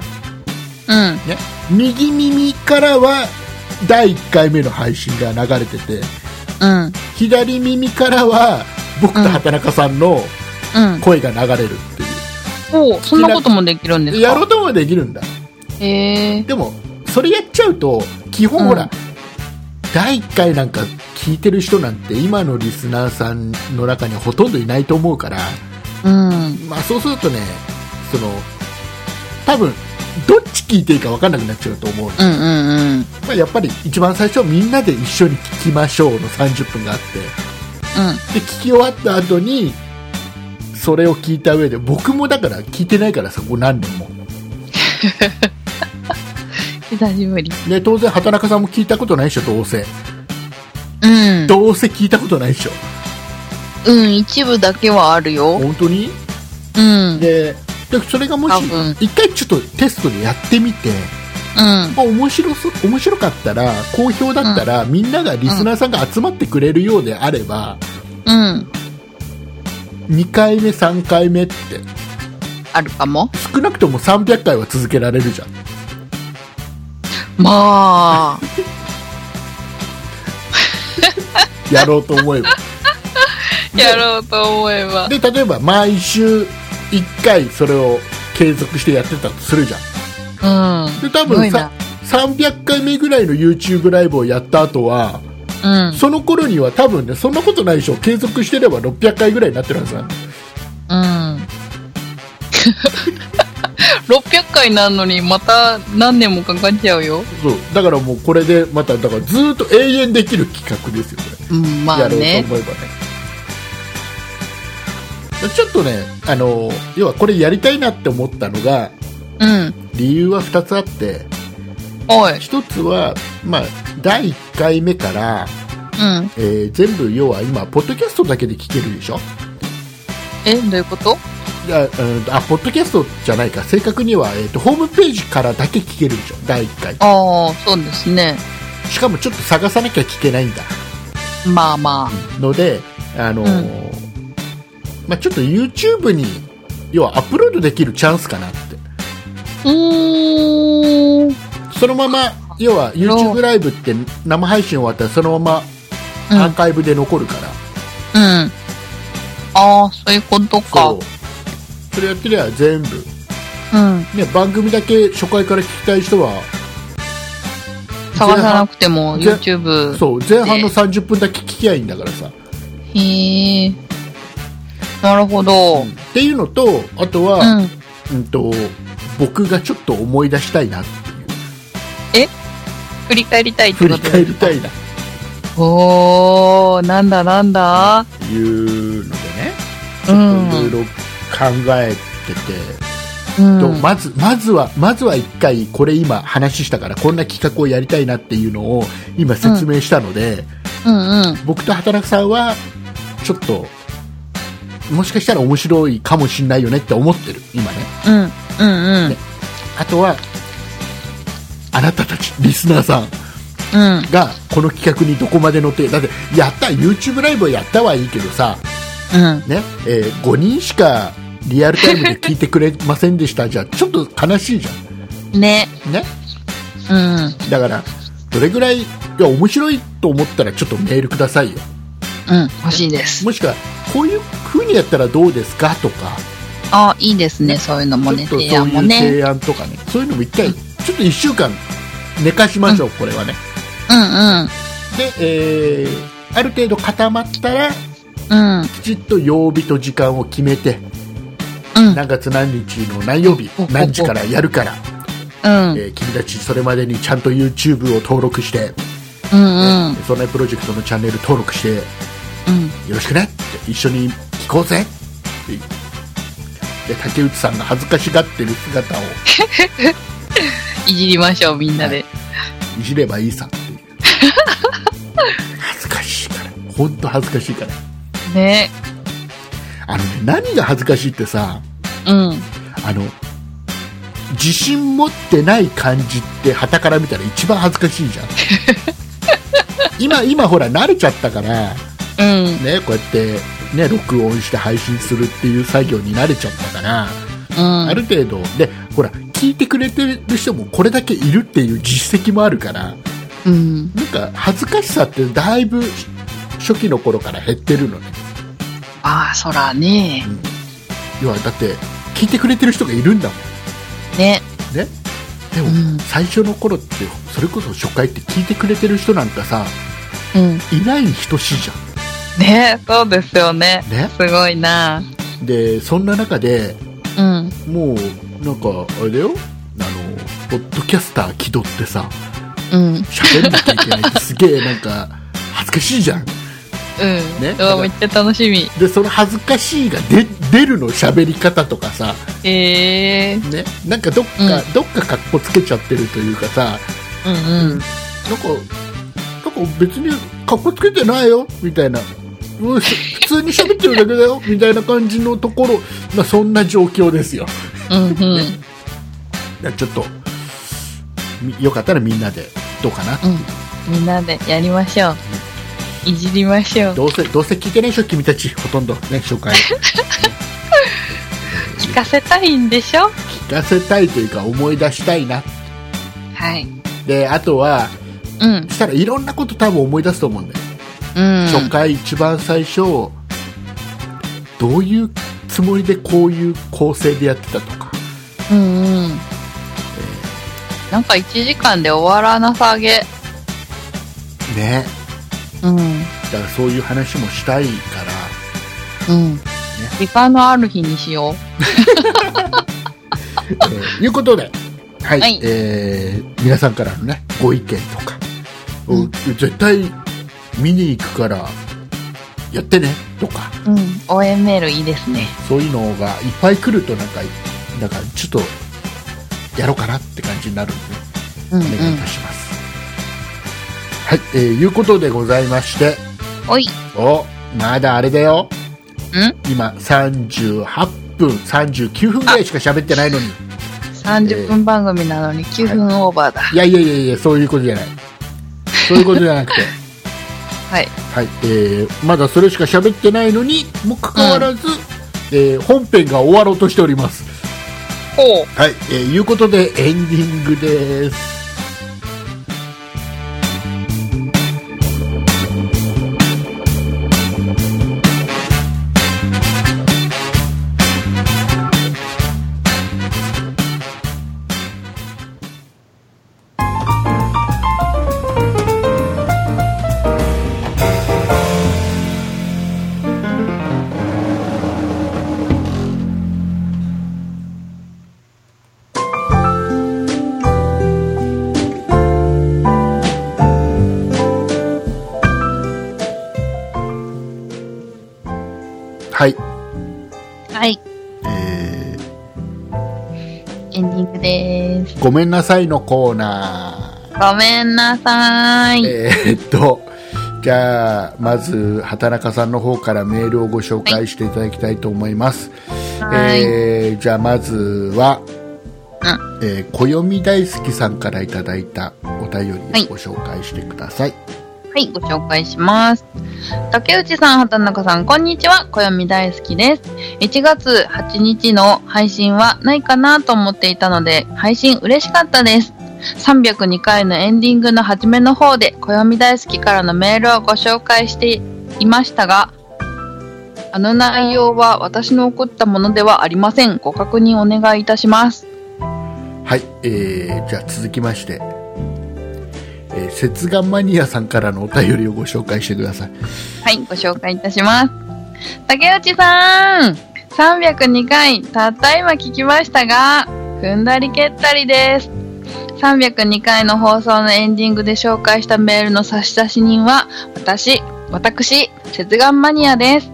ゃん
うん。
ね、右耳からは第1回目の配信が流れてて
うん。
左耳からは僕と畑中さんの
うん。
声が流れるっていう、
おうそんなこともできるんです
や
か
ろうともできるんだ
へえ。
でもそれやっちゃうと基本
うん
ほら、第1回なんか聞いてる人なんて今のリスナーさんの中にはほとんどいないと思うから、
うん。
まあ、そうするとねその多分どっち聞いていいか分かんなくなっちゃうと思うの
うんうんうん。
まあ、やっぱり一番最初はみんなで一緒に聞きましょうの30分があってで聞き終わった後にそれを聞いた上で僕もだから聞いてないからそこ何年も
うん。久しぶり。
で当然畑中さんも聞いたことないでしょどうせ
うん。
どうせ聞いたことないでしょ
うん、一部だけはあるよ。
本当に
うん。うん。
ででそれがも
多
し
分
一回ちょっとテストでやってみて、まあ、面白そ面白かったら好評だったら、みんながリスナーさんが集まってくれるようであれば、
うん。
2回目3回目って
あるかも。
少なくとも300回は続けられるじゃん
まあ。
やろうと思えば
やろうと思えば。
で例えば毎週1回それを継続してやってたとするじゃん
うん。
で多
すご
分
い
さ
な
300回目ぐらいの YouTube ライブをやった後は
うん。
その頃には多分ねそんなことないでしょ継続してれば600回ぐらいになってるはずなんだ
(laughs) うん。600回なのにまた何年もかかっちゃうよ。
そうだからもうこれでまただからずーっと永遠できる企画ですよこれ
うん、まあ
や
ね
ろう。と思えばねちょっとねあの要はこれやりたいなって思ったのが
うん。
理由は2つあって
おい。
一つは、まあ、第1回目から、
うん。
えー全部要は今ポッドキャストだけで聞けるでしょ
え、どういうこと
いやうんあポッドキャストじゃないか正確には、えー、とホームページからだけ聞けるでしょ第1回
ああ、そうですね。
しかもちょっと探さなきゃ聞けないんだ
まあま
のであのーまあ、ちょっと YouTube に要はアップロードできるチャンスかなって
あ。うーん。うん。
そのまま要は YouTube ライブって生配信終わったらそのま
うん
まアーカイブで残るから、
ああ、そういうことか。
そう
う
それやってりゃ全部
ん。
ね、番組だけ初回から聞きたい人は、
探さなくても
前半
YouTube。
そう前半の30分だけ聞きゃいいんだからさ、
へえ。なるほど。
っていうのとあと
う
は、
ん。
うんと僕がちょっと思い出したいなっていう
振り返りたいって
振
こ
り
と
返りたいなっ
おー、なんだなんだ
ていうのでね
う
いろい
ん。
ろ考えてて、
うん
とまずまずはまずは1回これ今話したからこんな企画をやりたいなっていうのを今説明したので、
うんうん。
僕と働くさんはちょっともしかしたら面白いかもしれないよねって思ってる今ね
うん。うんうん
ね。あとはあなたたちリスナーさん
うん。
がこの企画にどこまで乗ってだってやった YouTube ライブはやったはいいけどさ、
うん。
ねえー5人しかリアルタイムで聞いてくれませんでしたじゃちょっと悲しいじゃ
ね。
ん、ね、
うん。
だからどれぐらいいや面白いと思ったらちょっとメールくださいよ
うん。欲しいです。
もしくはこういう風にやったらどうですかとか
あ、いいですね。そういうのも
ちょ
ね。
っとそう
提
い
案も
う
ね。
提案とかねそういうのも一回ちょっと1週間寝かしましょう、これはね
うん
で、えーある程度固まったら
うん。うん。
きちっと曜日と時間を決めて
うん。
何月何日の何曜日
うん
何時からやるから、
うん。
えー君たちそれまでにちゃんと YouTube を登録して、
うんうん。
そんなプロジェクトのチャンネル登録してよ
うん。
ろしくねって一緒に聞こうぜってで竹内さんが恥ずかしがってる姿を
いじりましょう、みんなで。
いじればいいさっていう恥ずかしいから本当恥ずかしいから
ね。
あのね何が恥ずかしいってさ
うん。
あの自信持ってない感じって旗から見たら一番恥ずかしいじ
(laughs)
ゃん今今ほら慣れちゃったから
うん。
ねこうやってね録音して配信するっていう作業に慣れちゃったから、
うん。
ある程度でほら聞いてくれてる人もこれだけいるっていう実績もあるから
うん。
なんか恥ずかしさってだいぶ初期の頃から減ってるのね
ああ、そらね。
要はだって聞いてくれてる人がいるんだもん
ね。
ねでも、
うん
最初の頃ってそれこそ初回って聞いてくれてる人なんかさ
うん。
いないに等しいじゃ
ね。そうですよね。
んね
すごいな。
でそんな中で
うん。
もうなんかあれだよあのポッドキャスター気取ってさ
うん。うん。
喋んなきゃいけないってすげえなんか (laughs) 恥ずかしいじゃんね
うわ、めっちゃ楽しみ。
でその恥ずかしいが出出るの喋り方とかさ
ええー。
ねなんかどっか、
う
どっか格好つけちゃってるというかさ
うんうん。
なんか、なんか別にかっこつけてないよ、みたいな。うんし普通に喋ってるだけだよ、みたいな感じのところ、まあ、そんな状況ですよ。
うんうん。
いやちょっと、みよかったらみんなで、どうかな。
うん。みんなでやりましょう。いじりましょう。
どうせ、どうせ聞いてないでしょ、君たち。ほとんど、ね、初回。
聞かせたいんでしょ
聞かせたいというか、思い出したいな。
はい。
で、あとは、
うん。
したらいろんなこと多分思い出すと思うんだよ。
うん。
初回一番最初、どういうつもりでこういう構成でやってたとか。
うんうん。なんか1時間で終わらなさげ。
ね。
うん。
だからそういう話もしたいから
うん。時間のある日にしよう。、
え (laughs) ーいうことで、はい
はい
えー皆さんからのねご意見とか、
うん
お絶対見に行くからやってねとか
うん、応援メールいいですね。
そういうのがいっぱい来るとなんかなんかちょっとやろうかなって感じになるんで、ね、
うんうん
お。願いいたします。はい、えーいうことでございまして
おい。
おまだあれだよ
ん
今38分39分ぐらいしか喋ってないのに。
?30 分番組なのに9分オーバーだ。
いやいやいやいや、そういうことじゃない。そういうことじゃなくて。 (laughs)
はい。
はい。えー、まだそれしか喋ってないのにもかかわらず、えー本編が終わろうとしております。
ほう。
はい。えー、いうことで、エンディングです。はい。
はい。
えー、ごめんなさいのコーナー。
ごめんなさーい。
えーっと、じゃあ、まず、畑中さんの方からメールをご紹介していただきたいと思います。
はい。
えーじゃあ、まずは、
う
えー、暦大好きさんからいただいたお便
は
り
い
をご紹介してください。
はい、ご紹介します。竹内さん、畑中さん、こんにちは。暦大好きです。1月8日の配信はないかなと思っていたので、配信嬉しかったです。302回のエンディングの初めの方で、暦大好きからのメールをご紹介していましたが、あの内容は私の送ったものではありません。ご確認お願いいたします。
はい、えーじゃあ続きまして、えー、節眼マニアさんからのお便りをご紹介してください。
はい、ご紹介いたします。竹内さん !302 回、たった今聞きましたが、踏んだり蹴ったりです。302回の放送のエンディングで紹介したメールの差出人は、私、私、節眼マニアです。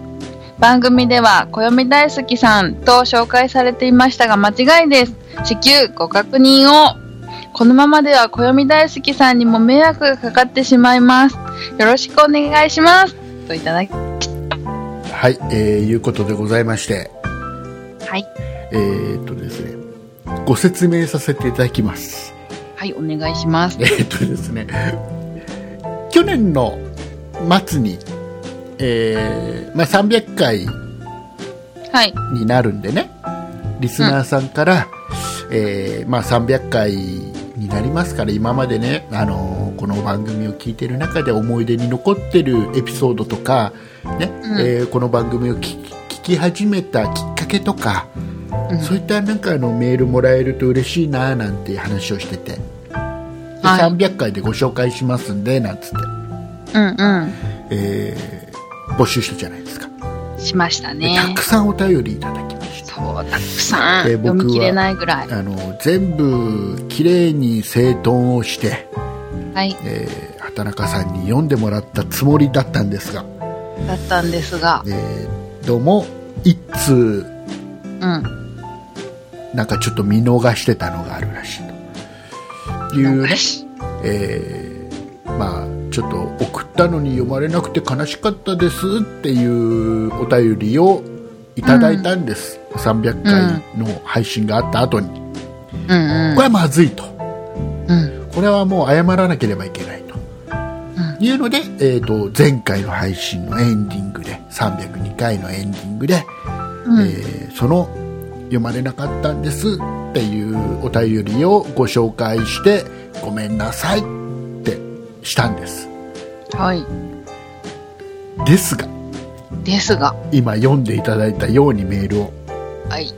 番組では、暦大好きさんと紹介されていましたが、間違いです。至急ご確認を。このままでは暦大好きさんにも迷惑がかかってしまいます。よろしくお願いします。といただき、
はい、えーいうことでございまして、
はい。
えーっとですね、ご説明させていただきます。 (laughs)
はい、お願いします
え。ーっとですね、去年の末に、えーまあ、300回
はい。
になるんでね、リスナーさんから、えーまあ、300回になりますから、今までね、あのーこの番組を聞いてる中で思い出に残ってるエピソードとか、ね
うん
えーこの番組を聞き聞き始めたきっかけとか、
うん
そういったなんかあのメールもらえると嬉しいななんて話をしてて、で
はい
300回でご紹介しますんでなんつって、
うん
えー募集したじゃないですか、
うん。しました
で
ね。
たくさんお便りいただきました。
そう、たくさん。
で僕は
読み切れないぐらい。
あの全部きれいに整頓をして、
はい。
えー畑中さんに読んでもらったつもりだったんですが、
だったんですが。
えーどうも一通
うん。
なんかちょっと見逃してたのがあるらしいというね、えーまあちょっと送ったのに読まれなくて悲しかったですっていうお便りをいただいたんです、300回の配信があった後に、
うんうん
これはまずいと。
うん。
これはもう謝らなければいけないと。
う
いうので、えっ、と、前回の配信のエンディングで、302回のエンディングで、
うん
えーその、読まれなかったんですっていうお便りをご紹介して、ごめんなさいってしたんです。
はい。
ですが、
ですが。
今読んでいただいたようにメールを、
はい。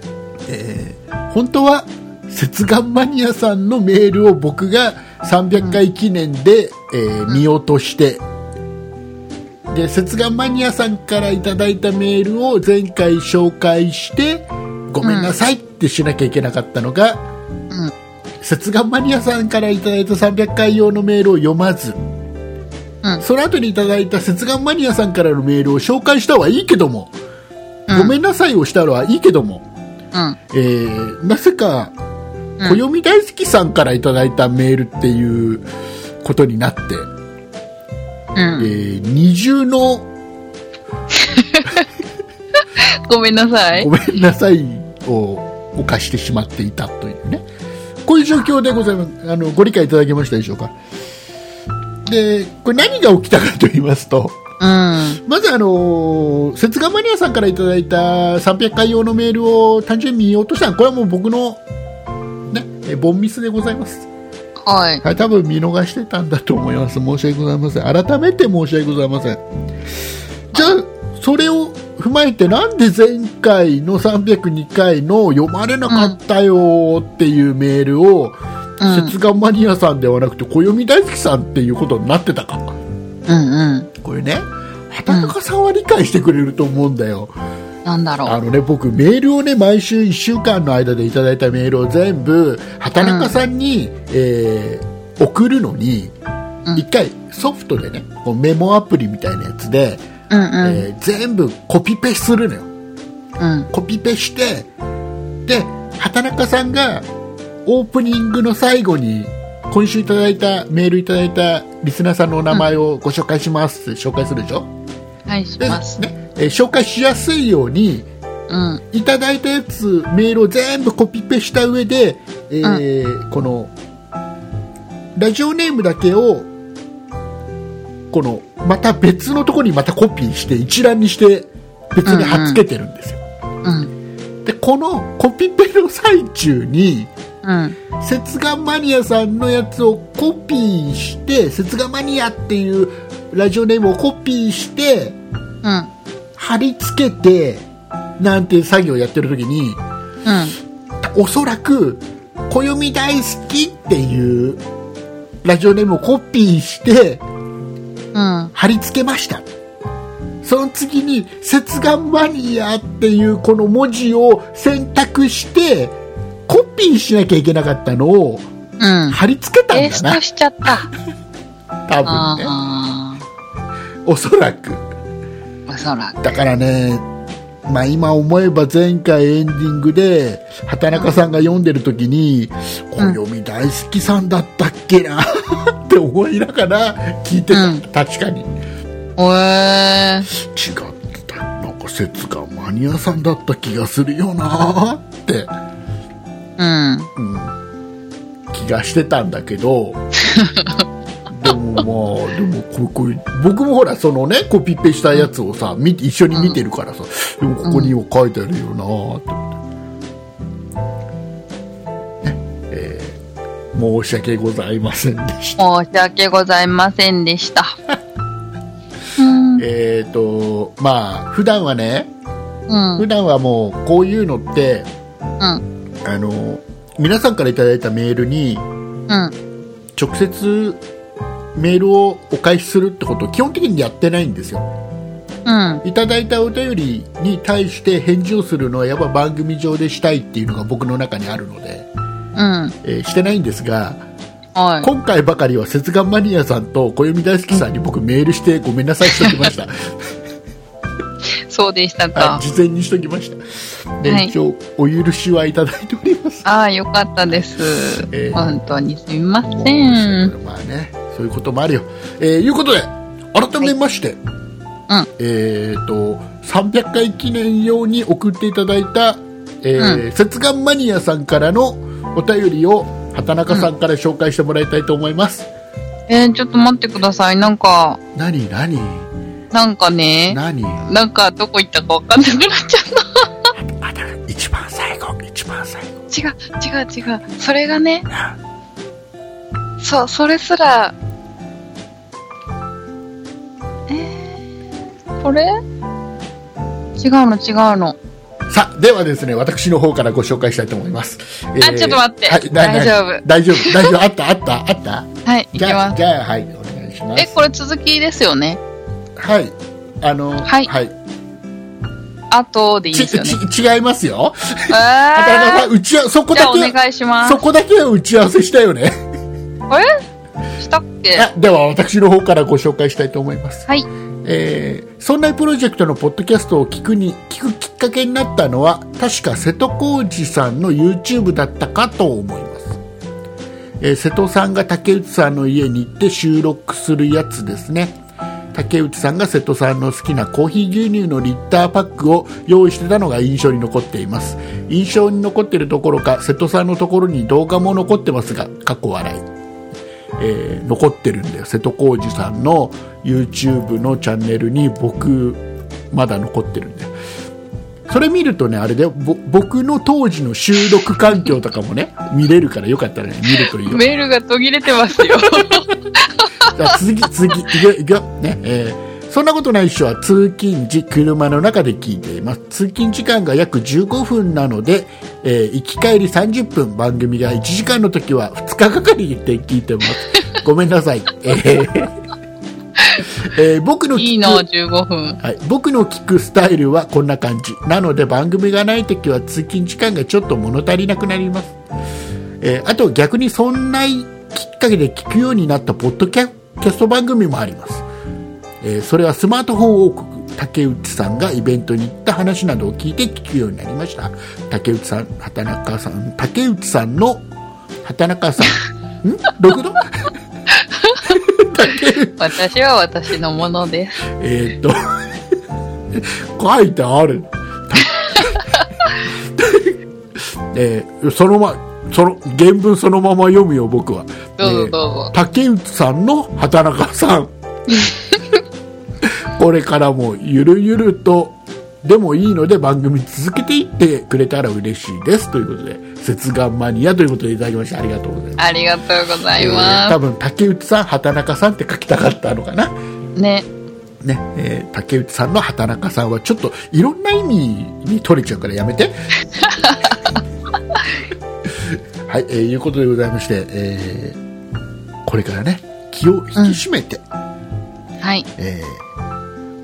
えー本当は、節眼マニアさんのメールを僕が300回記念で、えー見落として、で、節眼マニアさんからいただいたメールを前回紹介して、ごめんなさいってしなきゃいけなかったのが、
ん
節眼マニアさんからいただいた300回用のメールを読まず、
うん
その後にいただいた節眼マニアさんからのメールを紹介したはいいけども、
うん
ごめんなさいをしたのはいいけども、
うん。
えーなぜか、
うん
暦大好きさんからいただいたメールっていうことになって、
う
え
ん。
ー二重の
ごめんなさい
ご。めんなさいを犯してしまっていたというね、こういう状況でございます。あの、ご理解いただけましたでしょうか。で、これ何が起きたかと言いますと、
うん。
まずあのー、節眼マニアさんからいただいた300回用のメールを単純に見落としたのは、これはもう僕の、ね、えボンミスでございます。
はい。
はい、多分見逃してたんだと思います。申し訳ございません。改めて申し訳ございません。じゃあ、それを踏まえて、なんで前回の302回の読まれなかったよっていうメールを、
うん
節眼マニアさんではなくて、暦大好きさんっていうことになってたか。
うんう
これね、畑中さんは理解してくれると思うんだよ。
ん。なんだろ
あ
う。
のね、僕、メールをね、毎週1週間の間でいただいたメールを全部、畑中さんに、えー送るのに、
うん
一回ソフトでね、こうメモアプリみたいなやつで、
うん
え
うん。
ー全部コピペするのよ。
うん。
コピペして、で、畑中さんがオープニングの最後に今週いただいたメールいただいたリスナーさんのお名前をご紹介しますって紹介するでしょ、
はい、し
で
ます。
ねえー紹介しやすいように
うん。
いただいたやつメールを全部コピペした上で、えーこのラジオネームだけをこのまた別のところにまたコピーして一覧にして別に貼っつけてるんですよ、
うん。
でこのコピペの最中に
うん。
節眼マニアさんのやつをコピーして節眼マニアっていうラジオネームをコピーして
うん。
貼り付けてなんていう作業をやってる時に
うん。
おそらく「暦大好き」っていうラジオネームをコピーして
うん。
貼り付けましたその次に「節眼マニア」っていうこの文字を選択してコピーしなきゃいけなかったのを
うん。
貼り付けた
ペ
ん
ー
だ
ス
な
トしちゃった。
多分ね
あ
おそらく
あ。おそらく。
だからねまあ今思えば前回エンディングで畑中さんが読んでる時に「
うん
暦大好きさんだったっけな」 (laughs) って思いながら聞いてた、
うん
確かに違
おえー。
ったなんか節がマニアさんだった気がするよなって、
うん。
うん、気がしてたんだけどでもまあでもここ僕もほらそのねコピペしたやつをさ見て一緒に見てるからさ、でもここにも書いてあるよなーってねえー申し訳ございませんでした
申し訳ございませんで
(laughs)
した。うん。うん。
えっ、とまあ普段はね
うん。う
普段はもうこういうのって
ん。
あの皆さんからいただいたメールに
うん。
直接メールをお返しするってことを基本的にやってないんですよ
うん。
いただいたお便りに対して返事をするのはやっぱ番組上でしたいっていうのが僕の中にあるので、
うん。
えーしてないんですが
はい。
今回ばかりは節眼マニアさんと暦大好きさんに僕メールしてごめんなさいしておきま
(laughs)
した
そうでした
は
か
い。事前にしておきましたで、
はい
一応お許しはいただいております
ああ、よかったです。
えー
本当にすみま
もう
せん。
まあねそういうこともあるよえーいうことで改めまして、
うん
えー、と300回記念用に送っていただいた、えー節眼マニアさんからのお便りを畑中さんから紹介してもらいたいと思います、
えー、ちょっと待ってください。なんか、
何何
なんかね、
何
なんかどこ行ったかわかんなくなっちゃった。
あた一番最後一番最後
違う違う違うそれがね
な
そそれすらえー、これ違うの違うの、
さあではですね私の方からご紹介したいと思います、え
あちょっと待って、
はいな
大丈夫
な大丈夫大丈夫あったあったあった
はい (laughs) いき
じゃ
ま
あ
す
じゃあはいお願いします
えこれ続きですよね
はい。あの、
はいあとでいい
ち
ですよね
ち違いますよ。だから
あ
さ打ち合わそこ
じゃ
だ
あお
け、
願いします
そこだけは打ち合わせしたよね。
あれしたっけ
(laughs) あでは、私の方からご紹介したいと思います。
はい
えー、そんなプロジェクトのポッドキャストを聞くに、聞くきっかけになったのは、確か瀬戸康史さんの YouTube だったかと思います。えー瀬戸さんが竹内さんの家に行って収録するやつですね。竹内さんが瀬戸さんの好きなコーヒー牛乳のリッターパックを用意してたのが印象に残っています。印象に残っているどころか、瀬戸さんのところに動画も残ってますが、過去笑い。えー残ってるんだよ瀬戸康史さんの YouTube のチャンネルに僕まだ残ってるんだよそれ見るとねあれで僕の当時の収録環境とかもね見れるからよかったらね見るといいよ
メールが途切れてます
(laughs)
よ
じゃあ続き続きいくよいくよ、ねえーそんなことないっしょは通勤時車の中で聞いています通勤時間が約15分なので、えー行き帰り30分番組が1時間の時は2日かかりで聞いてますごめんなさい、えーえー僕の聞く
いいの15分
はい、僕の聞くスタイルはこんな感じなので番組がない時は通勤時間がちょっと物足りなくなります、えーあと逆にそんなきっかけで聞くようになったポッドキャキャスト番組もあります、えーそれはスマートフォン王国竹内さんがイベントに行った話などを聞いて聞くようになりました竹内さん畑中さん竹内さんの畑中さん。ん六 (laughs) 度たける。
私は私のものです。
えー、っと、 (laughs) 書いてある。 (laughs) えーそのま、その、原文そのまま読むよ、僕は。
どうぞどうぞ。
竹内さんの畑中さん (laughs) これからもゆるゆるとでもいいので番組続けていってくれたら嬉しいですということで節眼マニアということでいただきましてありがとうございます
ありがとうござい
えー
ま
多分竹内さん畑中さんって書きたかったのかな
す。ね。
ねえー竹内さんの畑中さんはちょっといろんな意味に取れちゃうからやめて (laughs) はい、えーいうことでございまして、えーこれからね気を引き締めて、
はい。
えー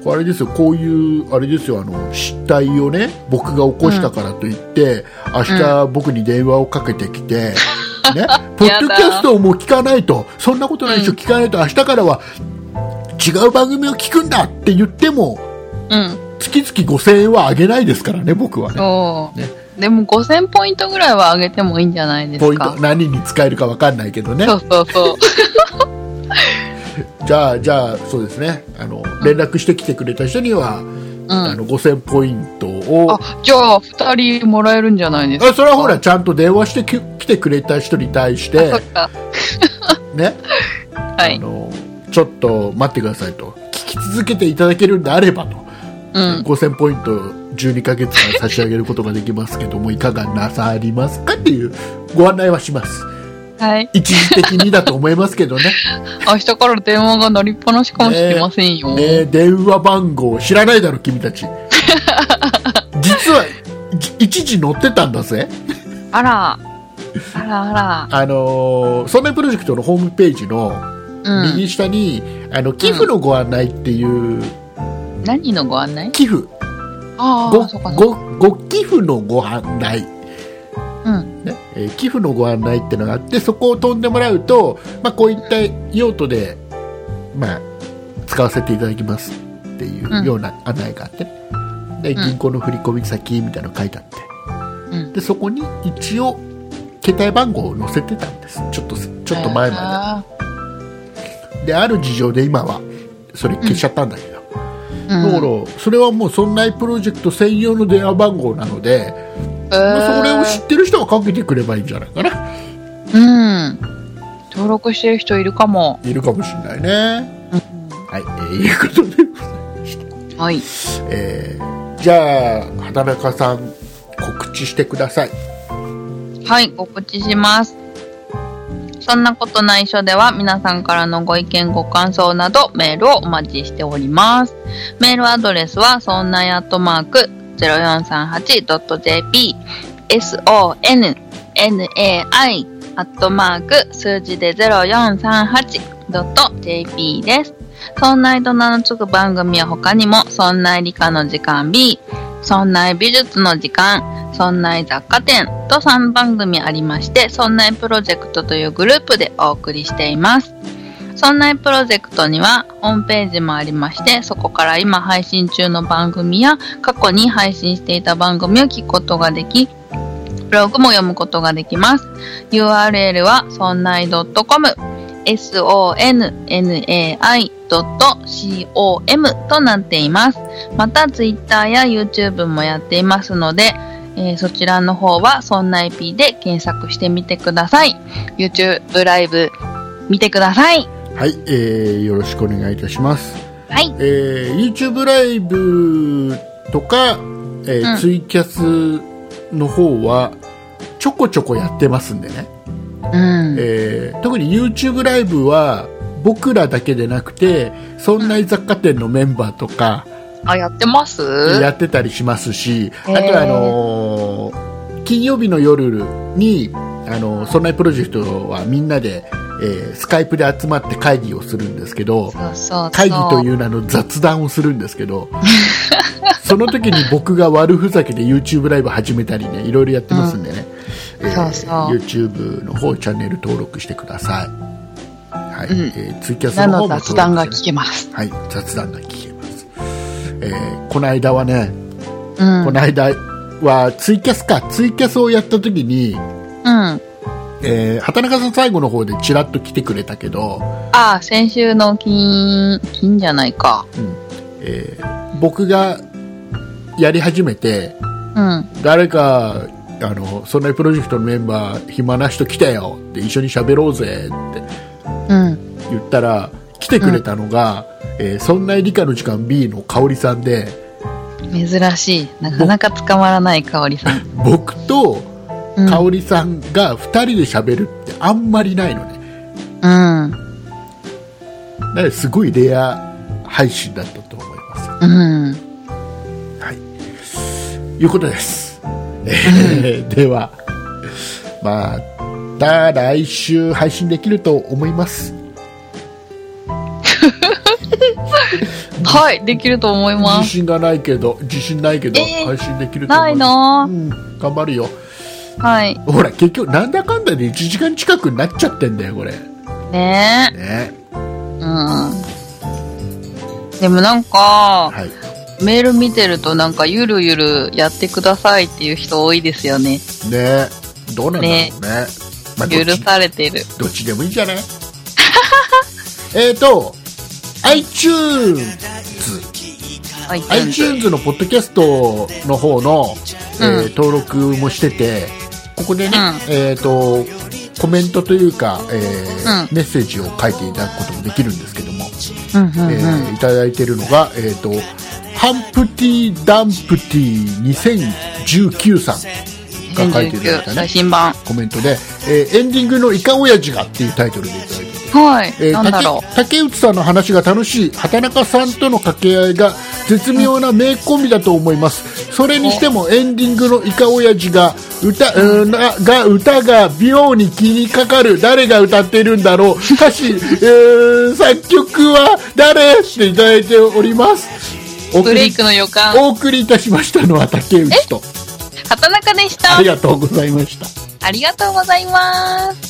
これあれですよこういうあれですよあの失態をね僕が起こしたからといって、明日僕に電話をかけてきて、
(laughs)
ね、ポッドキャストをもう聞かないとそんなことないでしょ、
うん
聞かないと明日からは違う番組を聞くんだって言っても
うん。
月々5000円はあげないですからね僕はね。
そう。
ね
でも5000ポイントぐらいは上げてもいいんじゃないで
ポ
す
イント
か。
何に使えるかわかんないけどね
そうそうそう。
じゃあじゃあそうですねあの連絡してきてくれた人には、
う
あ
ん。
の5000ポイントを
あ、じゃあ2人もらえるんじゃないですか。
あそれはほらちゃんと電話してき来てくれた人に対して
そっか。
ね、
は
あ
い。
のちょっと待ってくださいと聞き続けていただけるんであればと、
うん。
5000ポイント12ヶ月間差し上げることができますけどもいかがなさりますかっていうご案内はし
(laughs)
ます
はい。
一時的にだと思いますけど
(laughs)
ね
明日から電話が鳴りっぱなしかもしれませんよ。
ね電話番号知らないだろ君たち実はじ一時乗ってたんだぜ
あら。あらあ
あのー、ソメプロジェクトのホームページの
ら。うん。
右下にあの寄付のご案内っていう
何のご案内
寄付、
あ
ご
あ、そうかそうか。
ごご寄付のご案内、
うん。
ねえー寄付のご案内ってのがあってそこを飛んでもらうと、まあ、こういった用途で、まあ、使わせていただきますっていうような案内があってね、で
うん
銀行の振込先みたいなの書いてあって
うん。
でそこに一応携帯番号を載せてたんですちょっとすちょっと前ま
あ
でである事情で今はそれ消しちゃったんだけど、
ーうん
だからそれはもう「そんないプロジェクト」専用の電話番号なので、まあそれを知ってる人はかけてくればいいんじゃないかな
うん。登録してる人いるかも。
いるかもしれないね
う
はい、えーいうことでございまし
ん、
た、
はい。
えーじゃあ畑中さん告知してください
はい、告知します。そんなことない書では皆さんからのご意見ご感想などメールをお待ちしております。メールアドレスはそんなやとマーク 0438.jp sonnai アットマーク数字で 0438.jp です。そんないと名のつく番組は他にも、そんない理科の時間 B、そんない美術の時間、そんない雑貨店と3番組ありまして、そんないプロジェクトというグループでお送りしています。そんないプロジェクトにはホームページもありまして、そこから今配信中の番組や過去に配信していた番組を聞くことができ、ブログも読むことができます。URL はそんない .com、sonnai.com となっています。また Twitter や YouTube もやっていますので、えーそちらの方は、そんな IP で検索してみてください。YouTube ライブ見てください。
はい、えーよろしくお願いいたします
はい。
えー YouTube ライブとか、えー
うん
ツイキャスの方はちょこちょこやってますんでね、
うん。
えー特に YouTube ライブは僕らだけでなくて「そんな雑貨店」のメンバーとか
あ、やってます
やってたりしますし、
うん
あとはあ
へー
のー金曜日の夜に「あのーそんなプロジェクト」はみんなで、えースカイプで集まって会議をするんですけど
そうそうそう。
会議という名の雑談をするんです
(laughs)
けどその時に僕が悪ふざけで YouTube ライブ始めたりねいろいろやってますんでね、えー
そうそう
YouTube の方チャンネル登録してください、はい
うん
えーツイキャス
な
の方
の
も登録して
雑談が聞けます。
はい雑談が聞けます、えーこの間はね、
うん。う
こ
ん。
の間はツイキャスかツイキャスをやった時に
うん。
えー畑中さん最後の方でちらっと来てくれたけど、
ああ、先週の金、金じゃないか。
うんえー僕がやり始めて
うん。
誰かあのそんなプロジェクトのメンバー暇な人来てよって一緒に喋ろうぜって
うん。
言ったら来てくれたのが、えーそんな理科の時間 B の香織さんで
珍しい。なかなか捕まらない香りさん。
僕と
うん。
香織さんが2人で喋るってあんまりないのね
うん。
だからすごいレア配信だったと思います
うん。
はい、いうことです。え (laughs) ーでは、また来週配信できると思います。
はい、できると思います。
自信がないけど、自信ないけど、
えー
配信できると
な
思
い
い
な
ます。うん、頑張るよ。
ぁ。はい。
ほら、結局、なんだかんだで1時間近くなっちゃってんだよ、これ。
ね
ね。
え。うん。でもなんか、
はい。
メール見てるとなんかゆるゆるやってくださいっていう人多いですよね。
ねどうなんだろうね。
ね
まあ、どっ
許
ち
されてる。
どっちでもいいんじゃ (laughs) ないえーと、iTunes。
はい。
iTunes のポッドキャストの方の、えー
うん
登録もしててここでね、
う
えー、とコメントというか、えー
う
メッセージを書いていただくこともできるんですけども、
うんうん
え
うん。
ーいただいてるのが、えー、とハンプティ・ダンプティ2019さんが書いていただい
2019
たね
最新版。
コメントで、えーエンディングの「イカオヤジが」っていうタイトルでいただいてて
はい。
えー
なんだろ
竹竹内さんの話が楽しい畑中さんとの掛け合いが絶妙な名コンビだと思いますそれにしてもエンディングのイカオヤジが歌うーなが歌が美容に気にかかる誰が歌ってるんだろう歌詞、えー作曲は誰っていただいておりますお
う。
送
ブレ
り
イクの予感。
お送りいたしましたのは竹内と
畑中でした
あり。がとうございました
ありがとうございます。